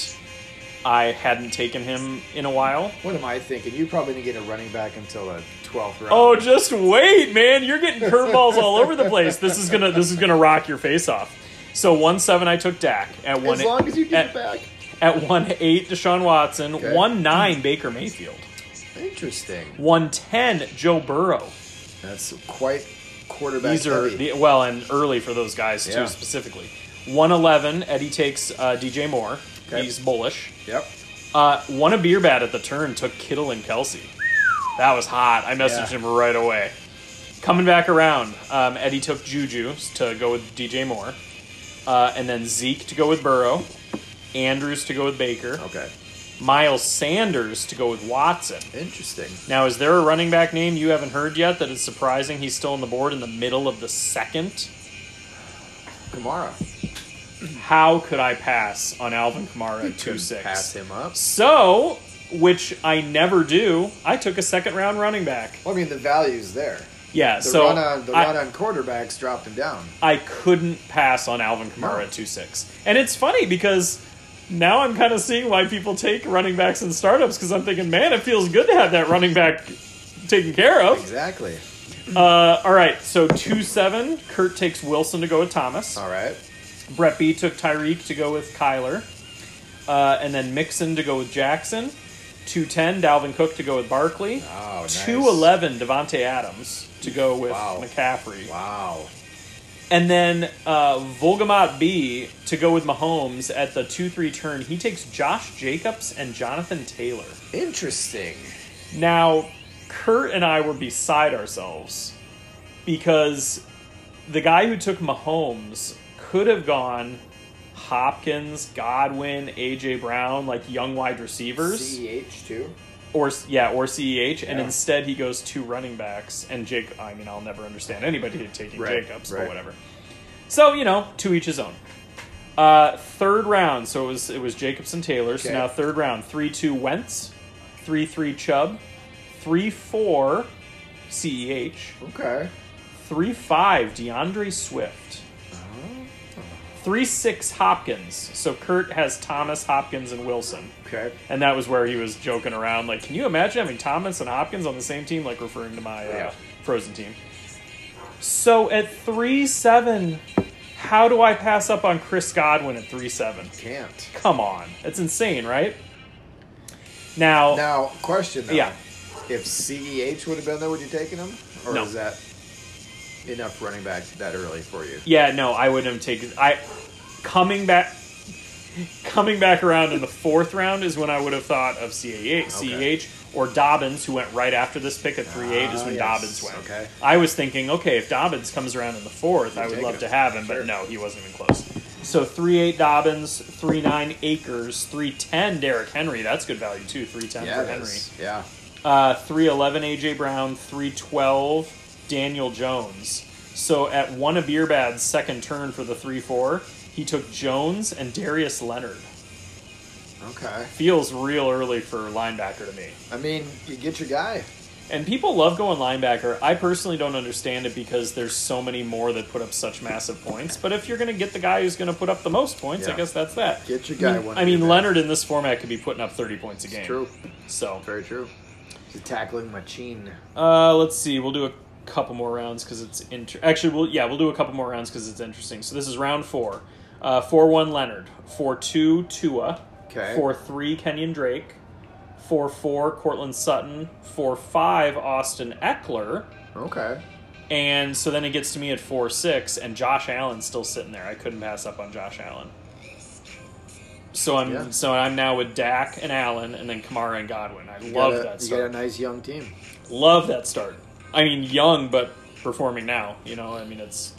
S2: I hadn't taken him in a while.
S3: What am I thinking? You probably didn't get a running back until the twelfth round.
S2: Oh, just wait, man! You're
S3: *laughs*
S2: getting curveballs all over the place. This is gonna this is gonna rock your face off. So one seven, I took Dak at one.
S3: as long as you get
S2: at-
S3: it back.
S2: at one eight Deshaun Watson,
S3: Okay.
S2: one nine Baker Mayfield,
S3: Interesting.
S2: one ten Joe Burrow.
S3: That's quite quarterback.
S2: These are
S3: heavy.
S2: the, well and early for those guys too
S3: Yeah.
S2: specifically. One eleven Eddie takes uh, DJ Moore.
S3: Okay.
S2: He's bullish.
S3: Yep.
S2: Uh, one a beer bat at the turn took Kittle and Kelsey. That was hot. I messaged
S3: Yeah.
S2: him right away. Coming back around, um, Eddie took Juju to go with DJ Moore, uh, and then Zeke to go with Burrow, Andrews to go with Baker,
S3: Okay.
S2: Miles Sanders to go with Watson.
S3: Interesting.
S2: Now, is there a running back name you haven't heard yet that is surprising he's still on the board in the middle of the second?
S3: Kamara.
S2: How could I pass on Alvin Kamara at
S3: Could
S2: 2 6?
S3: Pass him up.
S2: So, which I never do, I took a second round running back.
S3: Well, I mean, the value's there.
S2: Yeah,
S3: The
S2: so
S3: run on the
S2: I,
S3: run on quarterbacks dropped him down.
S2: I couldn't pass on Alvin Kamara
S3: No.
S2: at 2 6. And it's funny because now I'm kind of seeing why people take running backs in startups because I'm thinking, man, it feels good to have that running back taken care of.
S3: Exactly.
S2: Uh, all right, so 2 7, Kurt takes Wilson to go with Thomas.
S3: All right.
S2: Brett B took Tyreek to go with Kyler. Uh, and then Mixon to go with Jackson. 210, Dalvin Cook to go with Barkley.
S3: Oh, nice.
S2: 211, Devontae Adams to go with
S3: Wow.
S2: McCaffrey.
S3: Wow.
S2: And then uh, Volgamot B to go with Mahomes at the 2 3 turn. He takes Josh Jacobs and Jonathan Taylor.
S3: Interesting.
S2: Now, Kurt and I were beside ourselves because the guy who took Mahomes could have gone Hopkins, Godwin, AJ Brown, like young wide receivers,
S3: CEH too.
S2: or yeah, or CEH, and
S3: Yeah.
S2: instead he goes two running backs and Jake. I mean, I'll never understand anybody *laughs* taking
S3: Right,
S2: Jacobs, but
S3: right.
S2: whatever. So you know, to each his own. Uh, third round, so it was it was Jacobs and Taylor. So
S3: Okay.
S2: now third round, three two Wentz, three three Chubb, three four CEH.
S3: Okay.
S2: Three five DeAndre Swift.
S3: Oh.
S2: Three six Hopkins. So Kurt has Thomas, Hopkins, and Wilson.
S3: Okay.
S2: And that was where he was joking around, like, can you imagine having Thomas and Hopkins on the same team, like referring to my uh,
S3: Yeah.
S2: Frozen team. So at three seven, how do I pass up on Chris Godwin at three seven?
S3: Can't.
S2: Come on, that's insane, right? Now,
S3: Now, question though.
S2: Oh. Yeah.
S3: If CEH would have been there, would you taken him? Or
S2: No.
S3: is that enough running back that early for you?
S2: yeah, no, I wouldn't have taken. I coming back, coming back around in the fourth round is when I would have thought of CAH,
S3: Okay.
S2: CEH or Dobbins, who went right after this pick at three eight, is
S3: Ah,
S2: when
S3: yes,
S2: Dobbins went.
S3: okay.
S2: I was thinking, okay, if Dobbins comes around in the fourth, I would
S3: take
S2: love
S3: him.
S2: to have him,
S3: Sure.
S2: but no, he wasn't even close. So three eight Dobbins, three nine Acres, three ten Derrick Henry. That's good value too. Three ten
S3: Yeah.
S2: for
S3: it
S2: Henry.
S3: is. Yeah.
S2: Uh, 311 AJ Brown, 312 Daniel Jones. So at one of Beerbad's second turn for the 3 4, he took Jones and Darius Leonard.
S3: Okay.
S2: Feels real early for linebacker to me.
S3: I mean, you get your guy.
S2: And people love going linebacker. I personally don't understand it because there's so many more that put up such massive points. But if you're going to get the guy who's going to put up the most points,
S3: Yeah.
S2: I guess that's that.
S3: Get your guy
S2: I mean,
S3: one
S2: I
S3: of
S2: mean
S3: your
S2: Leonard in this format could be putting up 30 points a game.
S3: True.
S2: So
S3: Very true. He's a tackling machine.
S2: Uh, let's see. We'll do a couple more rounds because it's inter. Actually, we'll yeah, we'll do a couple more rounds because it's interesting. So this is round four. Uh, four one Leonard. Four two Tua.
S3: Okay.
S2: Four three Kenyon Drake. Four four Cortland Sutton. Four five Austin Eckler.
S3: Okay.
S2: And so then it gets to me at four six, and Josh Allen's still sitting there. I couldn't pass up on Josh Allen. So I'm
S3: Yeah.
S2: so I'm now with Dak and Allen, and then Kamara and Godwin. I
S3: You
S2: love
S3: got a,
S2: that.
S3: You
S2: start.
S3: got a nice young team.
S2: Love that start. I mean, young but performing now. You know, I mean, it's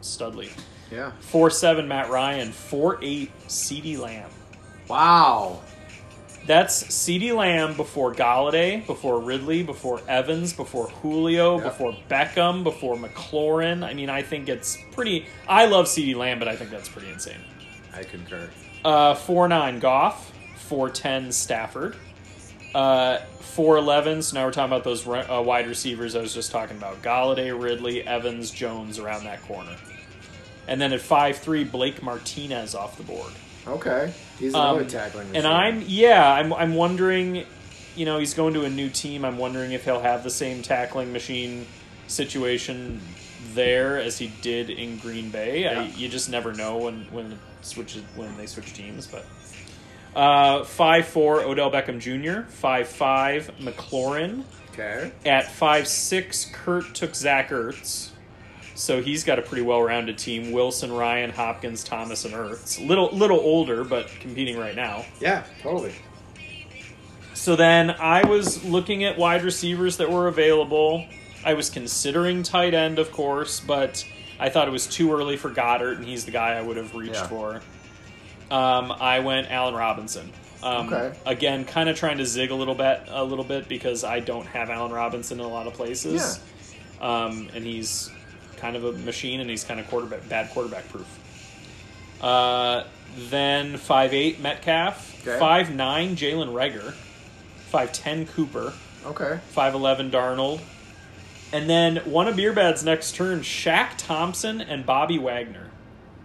S2: studly.
S3: Yeah.
S2: Four seven Matt Ryan, four eight C.D. Lamb.
S3: Wow.
S2: That's C.D. Lamb before Galladay, before Ridley, before Evans, before Julio,
S3: Yep.
S2: before Beckham, before McLaurin. I mean, I think it's pretty. I love C.D. Lamb, but I think that's pretty insane.
S3: I concur.
S2: Uh, four nine Goff, four ten Stafford, uh, four eleven. So now we're talking about those re- uh, wide receivers I was just talking about: Galladay, Ridley, Evans, Jones around that corner, and then at five three Blake Martinez off the board.
S3: Okay. He's another
S2: Um,
S3: tackling machine.
S2: And I'm yeah, I'm I'm wondering, you know, he's going to a new team. I'm wondering if he'll have the same tackling machine situation there as he did in Green Bay. I,
S3: Yeah.
S2: you just never know when when it switches when they switch teams, but. Uh, five four Odell Beckham Jr. Five five McLaurin.
S3: Okay.
S2: At five six Kurt took Zach Ertz, so he's got a pretty well rounded team. Wilson, Ryan, Hopkins, Thomas, and Ertz. Little little older, but competing right now.
S3: Yeah, totally.
S2: So then I was looking at wide receivers that were available. I was considering tight end, of course, but I thought it was too early for Goddard, and he's the guy I would have reached
S3: Yeah.
S2: for. Um, I went Allen Robinson. Um,
S3: Okay.
S2: Again, kind of trying to zig a little bit, a little bit because I don't have Allen Robinson in a lot of places, um, and he's kind of a machine, and he's kind of quarterback bad quarterback proof. Uh, then five eight Metcalf,
S3: Okay.
S2: five nine Jalen Reger, five ten Cooper,
S3: Okay.
S2: five eleven Darnold, and then one of Beerbad's next turn, Shaq Thompson and Bobby Wagner.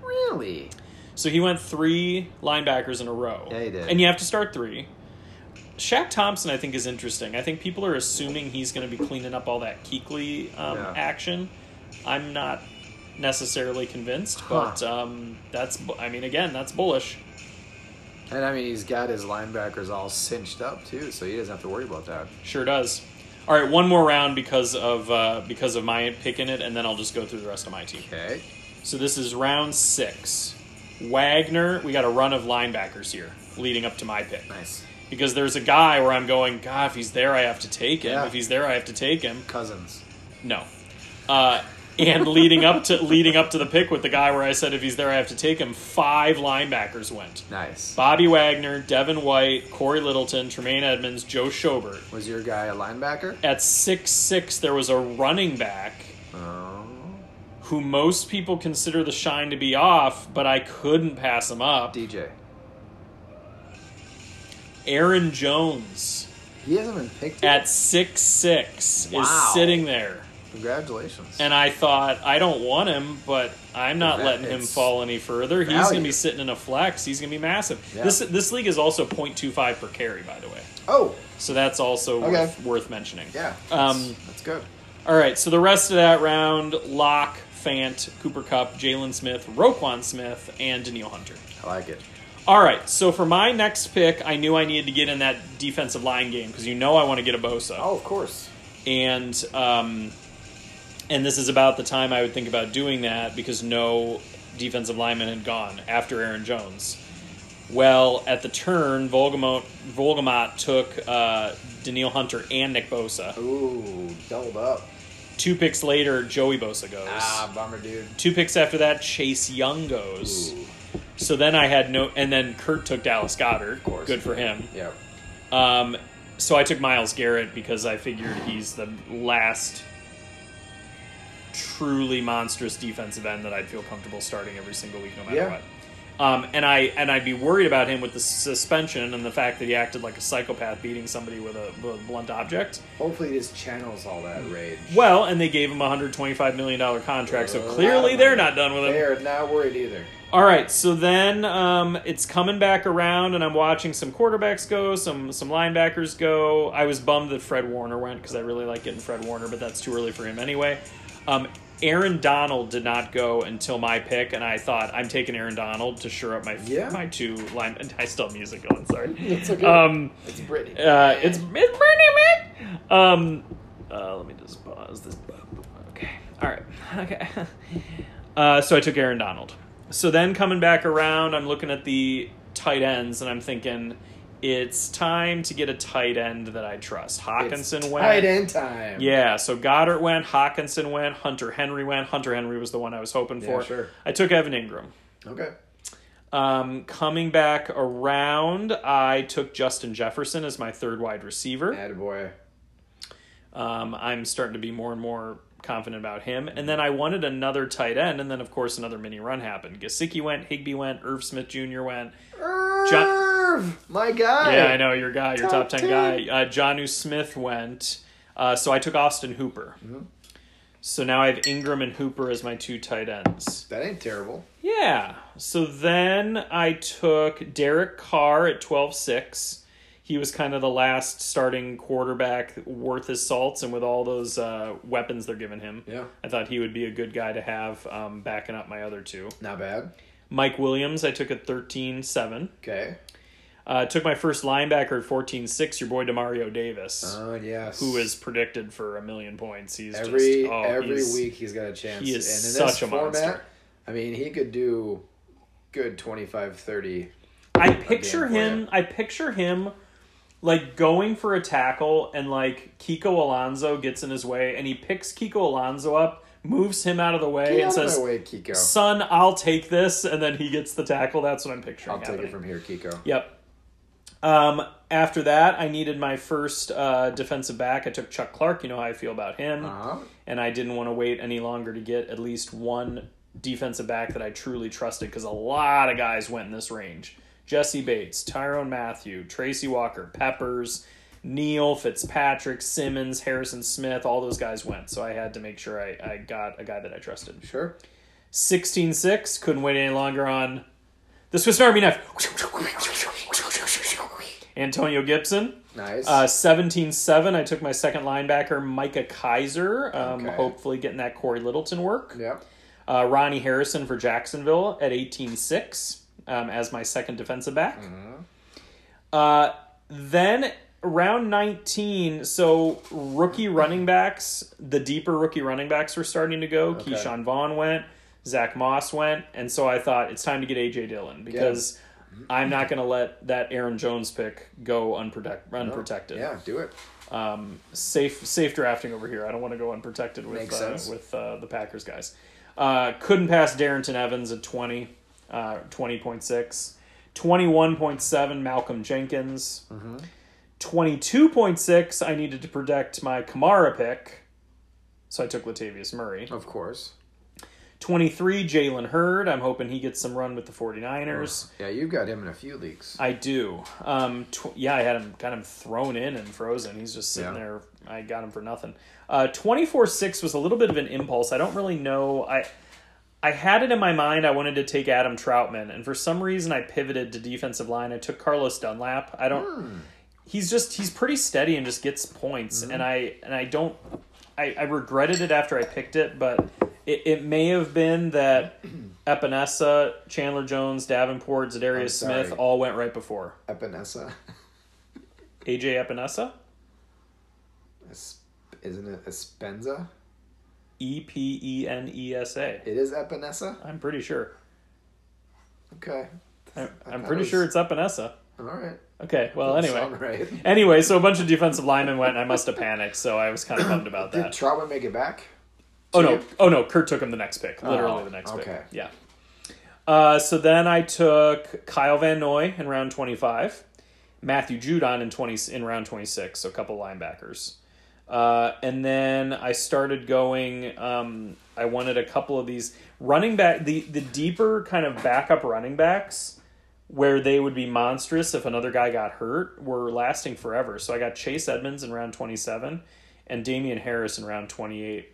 S3: Really?
S2: So he went three linebackers in a row.
S3: Yeah, he did.
S2: And you have to start three. Shaq Thompson, I think, is interesting. I think people are assuming he's going to be cleaning up all that Keekly um,
S3: Yeah.
S2: action. I'm not necessarily convinced,
S3: Huh.
S2: but um, that's, bu- I mean, again, that's bullish.
S3: And I mean, he's got his linebackers all cinched up too, so he doesn't have to worry about that.
S2: Sure does. All right, one more round because of uh, because of my pick in it, and then I'll just go through the rest of my team.
S3: Okay.
S2: So this is round six. Wagner, we got a run of linebackers here leading up to my pick.
S3: Nice.
S2: because there's a guy where I'm going, God, if he's there, I have to take him.
S3: Yeah.
S2: If he's there, I have to take him.
S3: Cousins.
S2: No. Uh, and leading up to leading up to the pick with the guy where I said if he's there, I have to take him. Five linebackers went:
S3: Nice.
S2: Bobby Wagner, Devin White, Corey Littleton, Tremaine Edmonds, Joe Schobert.
S3: Was your guy a linebacker?
S2: At six six, there was a running back
S3: Oh.
S2: who most people consider the shine to be off, but I couldn't pass him up.
S3: DJ.
S2: Aaron Jones.
S3: He hasn't been picked. yet?
S2: at six six
S3: Wow.
S2: is sitting there.
S3: Congratulations.
S2: And I thought, I don't want him, but I'm not
S3: That-
S2: letting him
S3: it's
S2: fall any further. He's
S3: value.
S2: going to be sitting in a flex. He's going to be massive.
S3: Yeah.
S2: This this league is also 0.25 per carry, by the way.
S3: oh,
S2: So that's also
S3: Okay.
S2: worth, worth mentioning.
S3: yeah.
S2: Um,
S3: That's, that's good.
S2: All right. So the rest of that round: Locke, Fant, Cooper Cup, Jalen Smith, Roquan Smith, and Daniil Hunter.
S3: I like it.
S2: All right. So for my next pick, I knew I needed to get in that defensive line game because you know I want to get a Bosa
S3: Oh, of course.
S2: and um, and this is about the time I would think about doing that because no defensive lineman had gone after Aaron Jones. Well, at the turn, Volgamot, Volgamot took uh, Daniil Hunter and Nick Bosa.
S3: Ooh, doubled up.
S2: Two picks later, Joey Bosa goes.
S3: Ah, bummer, dude.
S2: Two picks after that, Chase Young goes.
S3: Ooh,
S2: So then I had no, and then Kurt took Dallas Goddard. Of
S3: course.
S2: Good for him.
S3: yep.
S2: Um, so I took Miles Garrett because I figured he's the last truly monstrous defensive end that I'd feel comfortable starting every single week, no matter
S3: Yeah.
S2: what. Um, and I and I'd be worried about him with the suspension and the fact that he acted like a psychopath, beating somebody with a, with a blunt object.
S3: Hopefully, this channels all that rage.
S2: Well, and they gave him a hundred twenty-five million dollar contract, so
S3: Uh,
S2: clearly they're not done with him.
S3: They're not worried either.
S2: All right, so then um, it's coming back around, and I'm watching some quarterbacks go, some some linebackers go. I was bummed that Fred Warner went because I really like getting Fred Warner, but that's too early for him anyway. Um, Aaron Donald did not go until my pick, and I thought I'm taking Aaron Donald to shore up my
S3: Yeah.
S2: my two line. *laughs* and I still have music going. Sorry.
S3: It's okay.
S2: Um,
S3: It's Brittany.
S2: uh, it's it's Bernie man. Um, uh, let me just pause this. Okay. All right. *laughs* Okay. Uh, so I took Aaron Donald. So then coming back around, I'm looking at the tight ends and I'm thinking it's time to get a tight end that I trust. Hawkinson
S3: it's
S2: went.
S3: tight end time.
S2: Yeah, so Goddard went, Hawkinson went, Hunter Henry went. Hunter Henry was the one I was hoping
S3: Yeah,
S2: for.
S3: sure.
S2: I took Evan Ingram.
S3: Okay.
S2: Um, coming back around, I took Justin Jefferson as my third wide receiver.
S3: Attaboy.
S2: Um, I'm starting to be more and more confident about him. And then I wanted another tight end, and then of course another mini run happened. Gasicki went, Higby went, Irv Smith Jr. went.
S3: Irv, my guy.
S2: Yeah, I know your guy, your top,
S3: Top
S2: ten,
S3: 10.
S2: guy. Uh, Johnu Smith went, uh, so I took Austin Hooper. So now I have Ingram and Hooper as my two tight ends.
S3: That ain't terrible.
S2: Yeah. So then I took Derek Carr at 12 6. He was kind of the last starting quarterback worth his salts, and with all those uh, weapons they're giving him,
S3: Yeah.
S2: I thought he would be a good guy to have um, backing up my other two.
S3: Not bad.
S2: Mike Williams, I took at 13 7.
S3: Okay.
S2: Uh, took my first linebacker at 14 6, your boy Demario Davis,
S3: Oh yes.
S2: who is predicted for a million points. He's
S3: every
S2: just, oh,
S3: every
S2: he's-
S3: week he's got a chance.
S2: he is
S3: and in
S2: such
S3: this
S2: a
S3: format,
S2: monster.
S3: I mean, he could do good 25, 30.
S2: I picture
S3: for
S2: him.
S3: you.
S2: I picture him like going for a tackle, and like Kiko Alonso gets in his way, and he picks Kiko Alonso up, moves him out of the way,
S3: Get
S2: and
S3: out of
S2: says,
S3: my way, Kiko.
S2: "Son, I'll take this," and then he gets the tackle. That's what I'm picturing.
S3: I'll take
S2: happening.
S3: it from here, Kiko.
S2: Yep. Um, after that, I needed my first uh, defensive back. I took Chuck Clark. You know how I feel about him
S3: Uh-huh.
S2: and I didn't want to wait any longer to get at least one defensive back that I truly trusted because a lot of guys went in this range. Jesse Bates, Tyrone Matthew, Tracy Walker, Peppers, Neil, Fitzpatrick, Simmons, Harrison Smith, all those guys went. So I had to make sure I, I got a guy that I trusted.
S3: Sure.
S2: 16 6, couldn't wait any longer on the Swiss Army Knife. Antonio Gibson.
S3: Nice.
S2: Uh, 17-7, I took my second linebacker, Micah Kaiser, um,
S3: Okay.
S2: hopefully getting that Corey Littleton work.
S3: yep.
S2: Uh, Ronnie Harrison for Jacksonville at 18-6 um, as my second defensive back. Uh, then round 19, so rookie running backs, the deeper rookie running backs were starting to go. Keyshawn Vaughn went, Zach Moss went, and so I thought it's time to get A.J. Dillon because... I'm not going to let that Aaron Jones pick go unprotect, unprotected
S3: Yeah, do it.
S2: um, safe safe drafting over here. I don't want to go unprotected with
S3: Makes
S2: uh,
S3: sense.
S2: with uh, the Packers guys. Uh, couldn't pass Darrington Evans at 20, uh, 20.6. 21.7, Malcolm Jenkins.
S3: Mm-hmm.
S2: 22.6, I needed to
S3: Oh.
S2: protect my Kamara pick, so I took Latavius Murray.
S3: Of course.
S2: 23, Jalen Hurd. I'm hoping he gets some run with the 49ers.
S3: Yeah, you've got him in a few leagues.
S2: I do. Um, tw- yeah, I had him got him thrown in and frozen. He's just sitting
S3: Yeah.
S2: there. I got him for nothing. Twenty four six was a little bit of an impulse. I don't really know. I I had it in my mind. I wanted to take Adam Troutman, and for some reason I pivoted to defensive line. I took Carlos Dunlap. I don't. He's just he's pretty steady and just gets points.
S3: Mm-hmm.
S2: And I and I don't. I, I regretted it after I picked it, but it, it may have been
S3: *clears throat*
S2: that Epinesa, Chandler Jones, Davenport, Zadarius
S3: sorry.
S2: Smith all went right before.
S3: Epinesa. *laughs*
S2: AJ Epinesa?
S3: Es- Isn't it Espenza?
S2: E P E N E S A.
S3: It is Epinesa?
S2: I'm pretty sure.
S3: Okay.
S2: I'm,
S3: I
S2: I'm
S3: thought
S2: pretty
S3: it was-
S2: sure it's Epinesa.
S3: All right.
S2: Okay, well, anyway.
S3: Sound right.
S2: Anyway, so a bunch of defensive linemen went, and I must have panicked, so I was kind of bummed
S3: *clears throat*
S2: about
S3: Did
S2: that.
S3: Trautman make it back?
S2: Oh, no. Oh, no. Kurt took him the next pick. Literally
S3: Oh,
S2: the next
S3: okay.
S2: pick. Yeah. Uh, so then I took Kyle Van Noy in round 25, Matthew Judon in, 20, in round 26, so a couple linebackers. Uh, and then I started going. Um, I wanted a couple of these running back, the the deeper kind of backup running backs, where they would be monstrous if another guy got hurt, were lasting forever. So I got Chase Edmonds in round twenty seven, and Damian Harris in round twenty eight.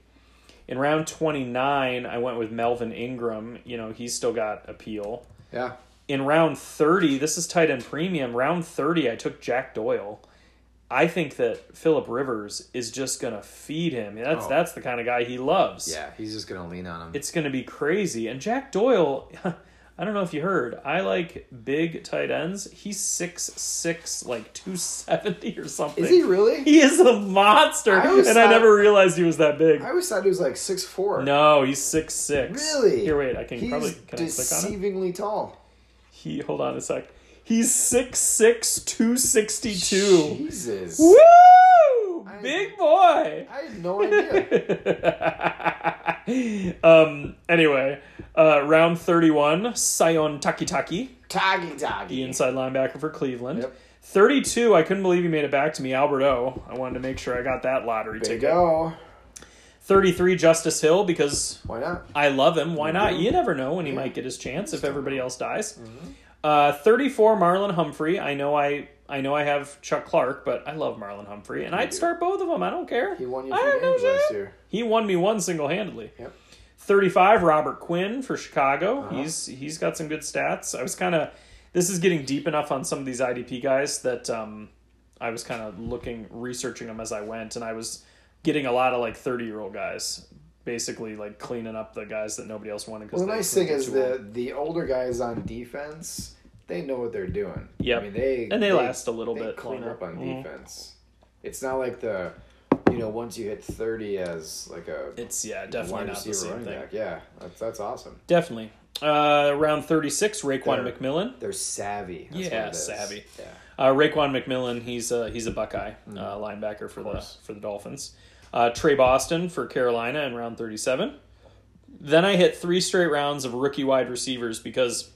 S2: In round twenty nine, I went with Melvin Ingram. You know he's still got appeal.
S3: Yeah.
S2: In round thirty, this is tight end premium. Round thirty, I took Jack Doyle. I think that Philip Rivers is just gonna feed him. That's
S3: Oh.
S2: that's the kind of guy he loves.
S3: Yeah, he's just going to lean on him.
S2: It's gonna be crazy. And Jack Doyle, *laughs* I don't know if you heard, I like big tight ends. He's six six, like two seventy or something.
S3: is he really?
S2: He is a monster.
S3: I
S2: and
S3: always
S2: I
S3: thought-
S2: never realized he was that big.
S3: I always thought he was like six four.
S2: no, he's six six.
S3: Really?
S2: Here, wait, I can
S3: he's
S2: probably can I click on it?
S3: deceivingly tall.
S2: He hold on a sec. He's six six, two sixty two.
S3: Jesus.
S2: Woo!
S3: I-
S2: Big boy. *laughs*
S3: I had no idea.
S2: um. Anyway, uh, round thirty-one, Sion Takitaki,
S3: Taggy taggy.
S2: the inside linebacker for Cleveland.
S3: Yep.
S2: Thirty-two, I couldn't believe he made it back to me, Albert O. I wanted to make sure I got that lottery
S3: There you
S2: ticket.
S3: go.
S2: Thirty-three, Justice Hill, because
S3: Why not?
S2: I love him. Why not?
S3: Mm-hmm.
S2: You never know when he might get his chance if everybody else dies. Uh, Thirty-four, Marlon Humphrey. I know I. I know I have Chuck Clark, but I love Marlon Humphrey, and I'd start both of them. I don't care.
S3: He won you
S2: I
S3: two
S2: don't know
S3: games
S2: shit.
S3: last year.
S2: He won me one single handedly.
S3: Yep.
S2: 35 Robert Quinn for Chicago.
S3: Uh-huh.
S2: He's he's got some good stats. I was kind of this is getting deep enough on some of these IDP guys that um, I was kind of looking researching them as I went and I was getting a lot of like 30-year-old guys basically like cleaning up the guys that nobody else wanted cuz
S3: Well, the nice thing is the the older guys on defense, they know what they're doing.
S2: Yep.
S3: I mean, they
S2: And they last a little
S3: they
S2: bit
S3: clean
S2: longer.
S3: up on
S2: Mhm.
S3: defense. It's not like the, you know, once you hit thirty as like a
S2: it's yeah, definitely
S3: wide
S2: not the
S3: receiver
S2: same
S3: running
S2: thing.
S3: back. Yeah, that's that's awesome.
S2: Definitely. Uh, round 36 Raquan
S3: They're-
S2: McMillan.
S3: They're savvy. That's
S2: Yeah,
S3: what it is.
S2: savvy.
S3: Yeah.
S2: Uh, Raquan McMillan, he's a, he's a Buckeye uh, linebacker for the
S3: Hmm. course.
S2: for the Dolphins. Uh, Trey Boston for Carolina in round thirty seven. Then I hit three straight rounds of rookie wide receivers because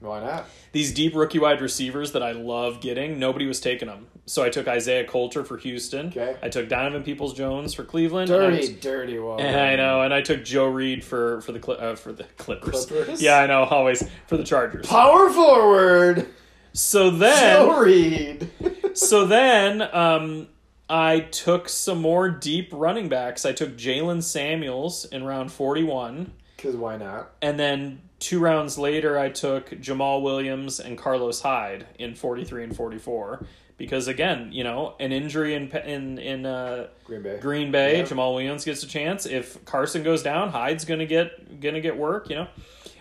S3: Why not?
S2: these deep rookie wide receivers that I love getting, nobody was taking them. So I took Isaiah Coulter for Houston.
S3: Okay.
S2: I took Donovan Peoples Jones for Cleveland. and I
S3: Dirty,
S2: was-
S3: dirty one.
S2: and I know, and I took Joe Reed for for the Cl- uh, for the Clippers.
S3: Clippers?
S2: Yeah, I know, always for the Chargers.
S3: Power forward.
S2: *laughs* So then
S3: Joe Reed. *laughs*
S2: so then um, I took some more deep running backs. I took Jalen Samuels in round 41.
S3: Because why not?
S2: And then two rounds later, I took Jamal Williams and Carlos Hyde in 43 and 44. Because again, you know, an injury in in in uh,
S3: Green Bay.
S2: Green Bay,
S3: Yeah.
S2: Jamal Williams gets a chance. If Carson goes down, Hyde's gonna get gonna get work. You know,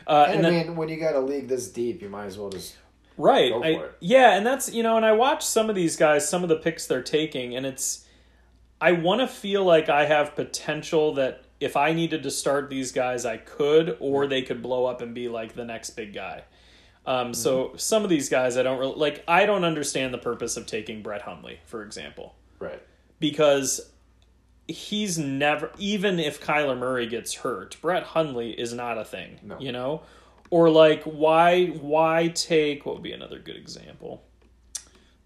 S2: uh,
S3: And,
S2: and
S3: I
S2: then
S3: mean, when you got a league this deep, you might as well just
S2: Right.
S3: Go
S2: I-
S3: for it.
S2: Yeah, and that's you know, and I watch some of these guys, some of the picks they're taking, and it's I want to feel like I have potential that if I needed to start these guys, I could,
S3: Mm-hmm.
S2: or they could blow up and be like the next big guy. Um,
S3: Mm-hmm.
S2: So some of these guys, I don't really like. I don't understand the purpose of taking Brett Hundley, for example,
S3: right.
S2: because he's never even if Kyler Murray gets hurt, Brett Hundley is not a thing.
S3: No.
S2: You know? Or like why why take what would be another good example?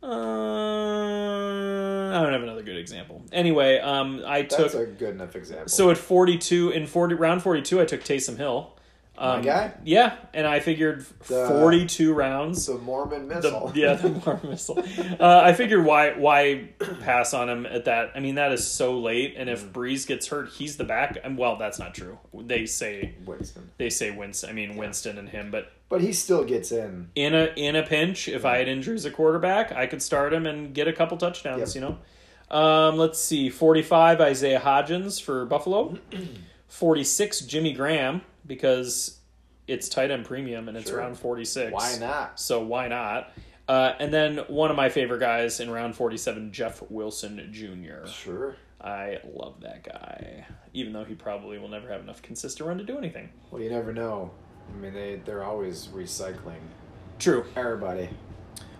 S2: Uh, I don't have another good example. Anyway, um, I
S3: That's
S2: took
S3: a good enough example.
S2: so at forty two in forty round forty two, I took Taysom Hill. Um,
S3: guy?
S2: Yeah, and I figured
S3: The-
S2: forty two rounds.
S3: the Mormon
S2: the-
S3: missile. *laughs*
S2: yeah, the Mar missile. Uh, I figured why why pass on him at that? I mean, that is so late. And
S3: Mm.
S2: if Breeze gets hurt, he's the back. And well, that's not true. They say
S3: Winston.
S2: they say Winston. I mean Winston and him, but
S3: But he still gets in.
S2: in a in a pinch, if
S3: Mm.
S2: I had injured as a quarterback, I could start him and get a couple touchdowns. You
S3: Yep.
S2: know, um, let's see, forty five Isaiah Hodgins for
S3: *clears throat*
S2: Buffalo, forty six Jimmy Graham because it's tight end premium and it's
S3: Sure.
S2: round forty six.
S3: Why not?
S2: So why not? Uh, and then one of my favorite guys in round forty seven, Jeff Wilson Jr.
S3: Sure.
S2: I love that guy, even though he probably will never have enough consistent run to do anything.
S3: Well, you never know. I mean, they they're always recycling
S2: True.
S3: everybody.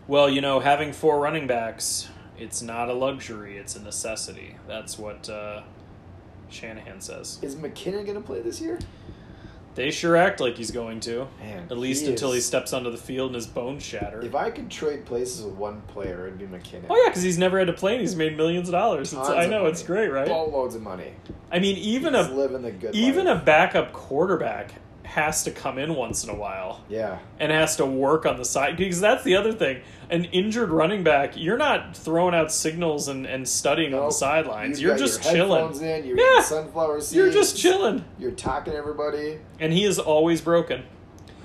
S2: Well, you know, having four running backs, it's not a luxury, it's a necessity. That's what uh, Shanahan says.
S3: Is McKinnon gonna play this year?
S2: They sure act like he's going to,
S3: Man,
S2: at least
S3: he
S2: until he
S3: is-
S2: steps onto the field and his bones shatter.
S3: If I could trade places with one player, it'd be McKinnon.
S2: Oh yeah, because he's never had to play and he's made millions of dollars. It's,
S3: Tons
S2: I
S3: of
S2: know
S3: money.
S2: it's great, right?
S3: Ball loads of money.
S2: I mean, even
S3: He's
S2: a
S3: living the good.
S2: even
S3: life.
S2: a backup quarterback has to come in once in a while.
S3: yeah.
S2: and has to work on the side because that's the other thing. An injured running back, you're not throwing out signals and, and studying on the
S3: Nope.
S2: sidelines.
S3: You've
S2: You're
S3: got
S2: just
S3: your headphones
S2: chilling.
S3: In, you're
S2: Yeah.
S3: eating sunflower seeds.
S2: You're just chilling.
S3: You're talking to everybody.
S2: And he is always broken.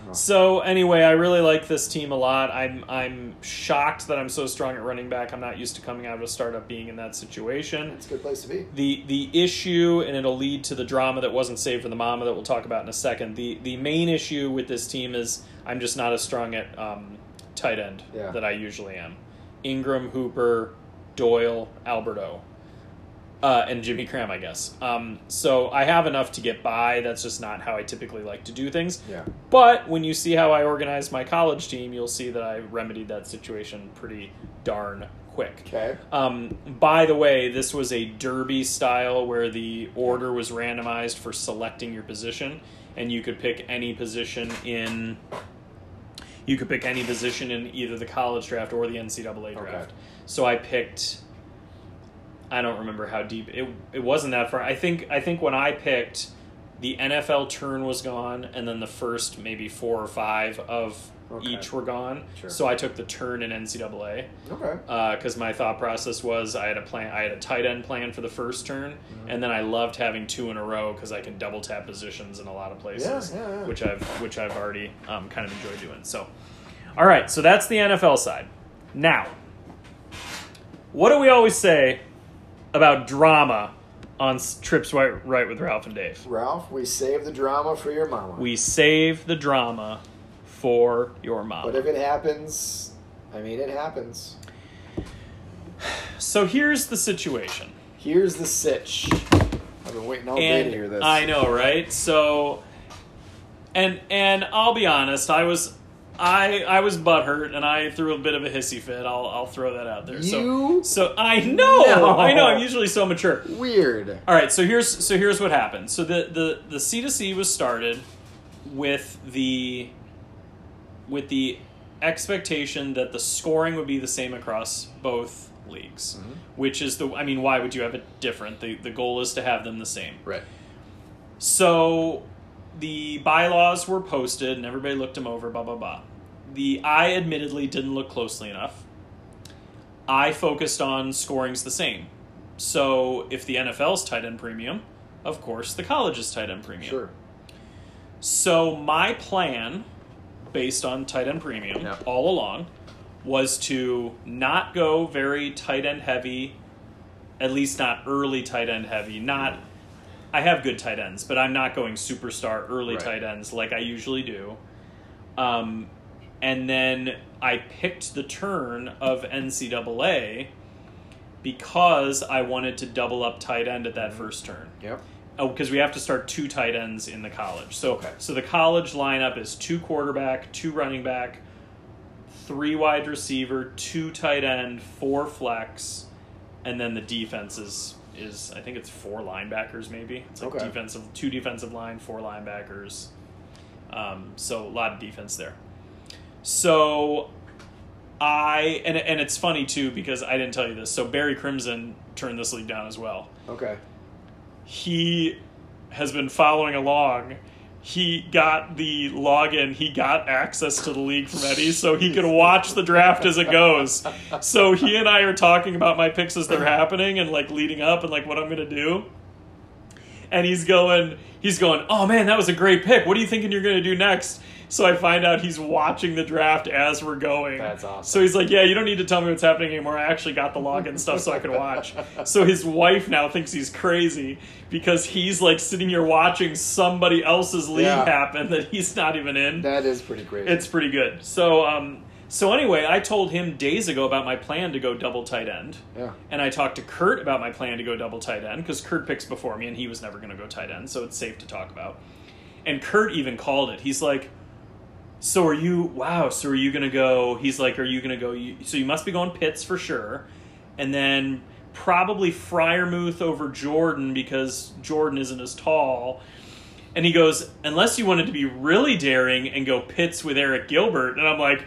S3: Huh.
S2: So anyway, I really like this team a lot. I'm I'm shocked that I'm so strong at running back. I'm not used to coming out of a startup being in that situation.
S3: It's a good place to be.
S2: the the issue and it'll lead to the drama that wasn't saved for the mama that we'll talk about in a second the the main issue with this team is i'm just not as strong at um, tight end
S3: Yeah.
S2: that i usually am ingram hooper doyle alberto uh, and jimmy cram i guess um, so i have enough to get by that's just not how i typically like to do things
S3: Yeah.
S2: but when you see how i organized my college team you'll see that i remedied that situation pretty darn quick
S3: Okay.
S2: um, by the way, this was a derby style where the order was randomized for selecting your position, and you could pick any position in. You could pick any position in either the college draft or the NCAA draft.
S3: Okay.
S2: So I picked. I don't remember how deep it. It wasn't that far. I think. I think when I picked, the NFL turn was gone, and then the first maybe four or five of
S3: Okay.
S2: each were gone.
S3: Sure.
S2: So I took the turn in NCAA
S3: Okay.
S2: because uh, my thought process was I had a plan, I had a tight end plan for the first turn,
S3: Mm-hmm.
S2: and then I loved having two in a row because I can double tap positions in a lot of places,
S3: Yeah, yeah, yeah.
S2: which I've which I've already um, kind of enjoyed doing. So, all right, so that's the NFL side. Now, what do we always say about drama on s- trips right, right with Ralph and Dave?
S3: Ralph, we save the drama for your mama.
S2: We save the drama for your mom.
S3: But if it happens, I mean, it happens.
S2: So here's the situation.
S3: Here's the sitch. I've been waiting all day to hear this.
S2: I know, right? So, and and I'll be honest, I was, I I was butthurt, and I threw a bit of a hissy fit. I'll I'll throw that out there.
S3: You?
S2: So, so I know,
S3: No.
S2: I know. I'm usually so mature.
S3: Weird.
S2: All right, so here's so here's what happened. So the the the C to C was started with the with the expectation that the scoring would be the same across both leagues,
S3: Mm-hmm.
S2: which is the I mean, why would you have it different? The the goal is to have them the same.
S3: Right.
S2: So the bylaws were posted and everybody looked them over, blah, blah, blah. The I admittedly didn't look closely enough. I focused on scoring's the same. So if the NFL's tight end premium, of course the college's tight end premium.
S3: Sure.
S2: So my plan, based on tight end premium
S3: Yeah.
S2: all along, was to not go very tight end heavy, at least not early tight end heavy. Not I have good tight ends, but I'm not going superstar early
S3: Right.
S2: tight ends like I usually do. Um, and then I picked the turn of NCAA because I wanted to double up tight end at
S3: Mm-hmm.
S2: that first turn.
S3: Yep.
S2: Oh, because we have to start two tight ends in the college. So,
S3: Okay.
S2: so the college lineup is two quarterback, two running back, three wide receiver, two tight end, four flex, and then the defense is is I think it's four linebackers maybe. It's like
S3: Okay.
S2: defensive, two defensive line, four linebackers. Um, so a lot of defense there. So I and and it's funny too because I didn't tell you this. So Barry Crimson turned this league down as well.
S3: Okay.
S2: He has been following along. He got the login. He got access to the league from Eddie, so he could watch the draft as it goes. So he and I are talking about my picks as they're happening and like leading up and like what I'm gonna do and he's going he's going oh man that was a great pick what are you thinking you're going to do next so i find out he's watching the draft as we're going
S3: That's awesome.
S2: so he's like yeah you don't need to tell me what's happening anymore i actually got the login stuff so i can watch so his wife now thinks he's crazy because he's like sitting here watching somebody else's league
S3: Yeah.
S2: happen that he's not even in
S3: That is pretty great.
S2: it's pretty good so um so anyway i told him days ago about my plan to go double tight end
S3: yeah.
S2: and I talked to Kurt about my plan to go double tight end because Kurt picks before me and he was never going to go tight end, so it's safe to talk about. And Kurt even called it. He's like, "So are you? Wow. So are you going to go?" He's like, "Are you going to go? You, so you must be going Pitts for sure, and then probably Fryermuth over Jordan because Jordan isn't as tall." And he goes, unless you wanted to be really daring and go pits with Eric Gilbert. And I'm like,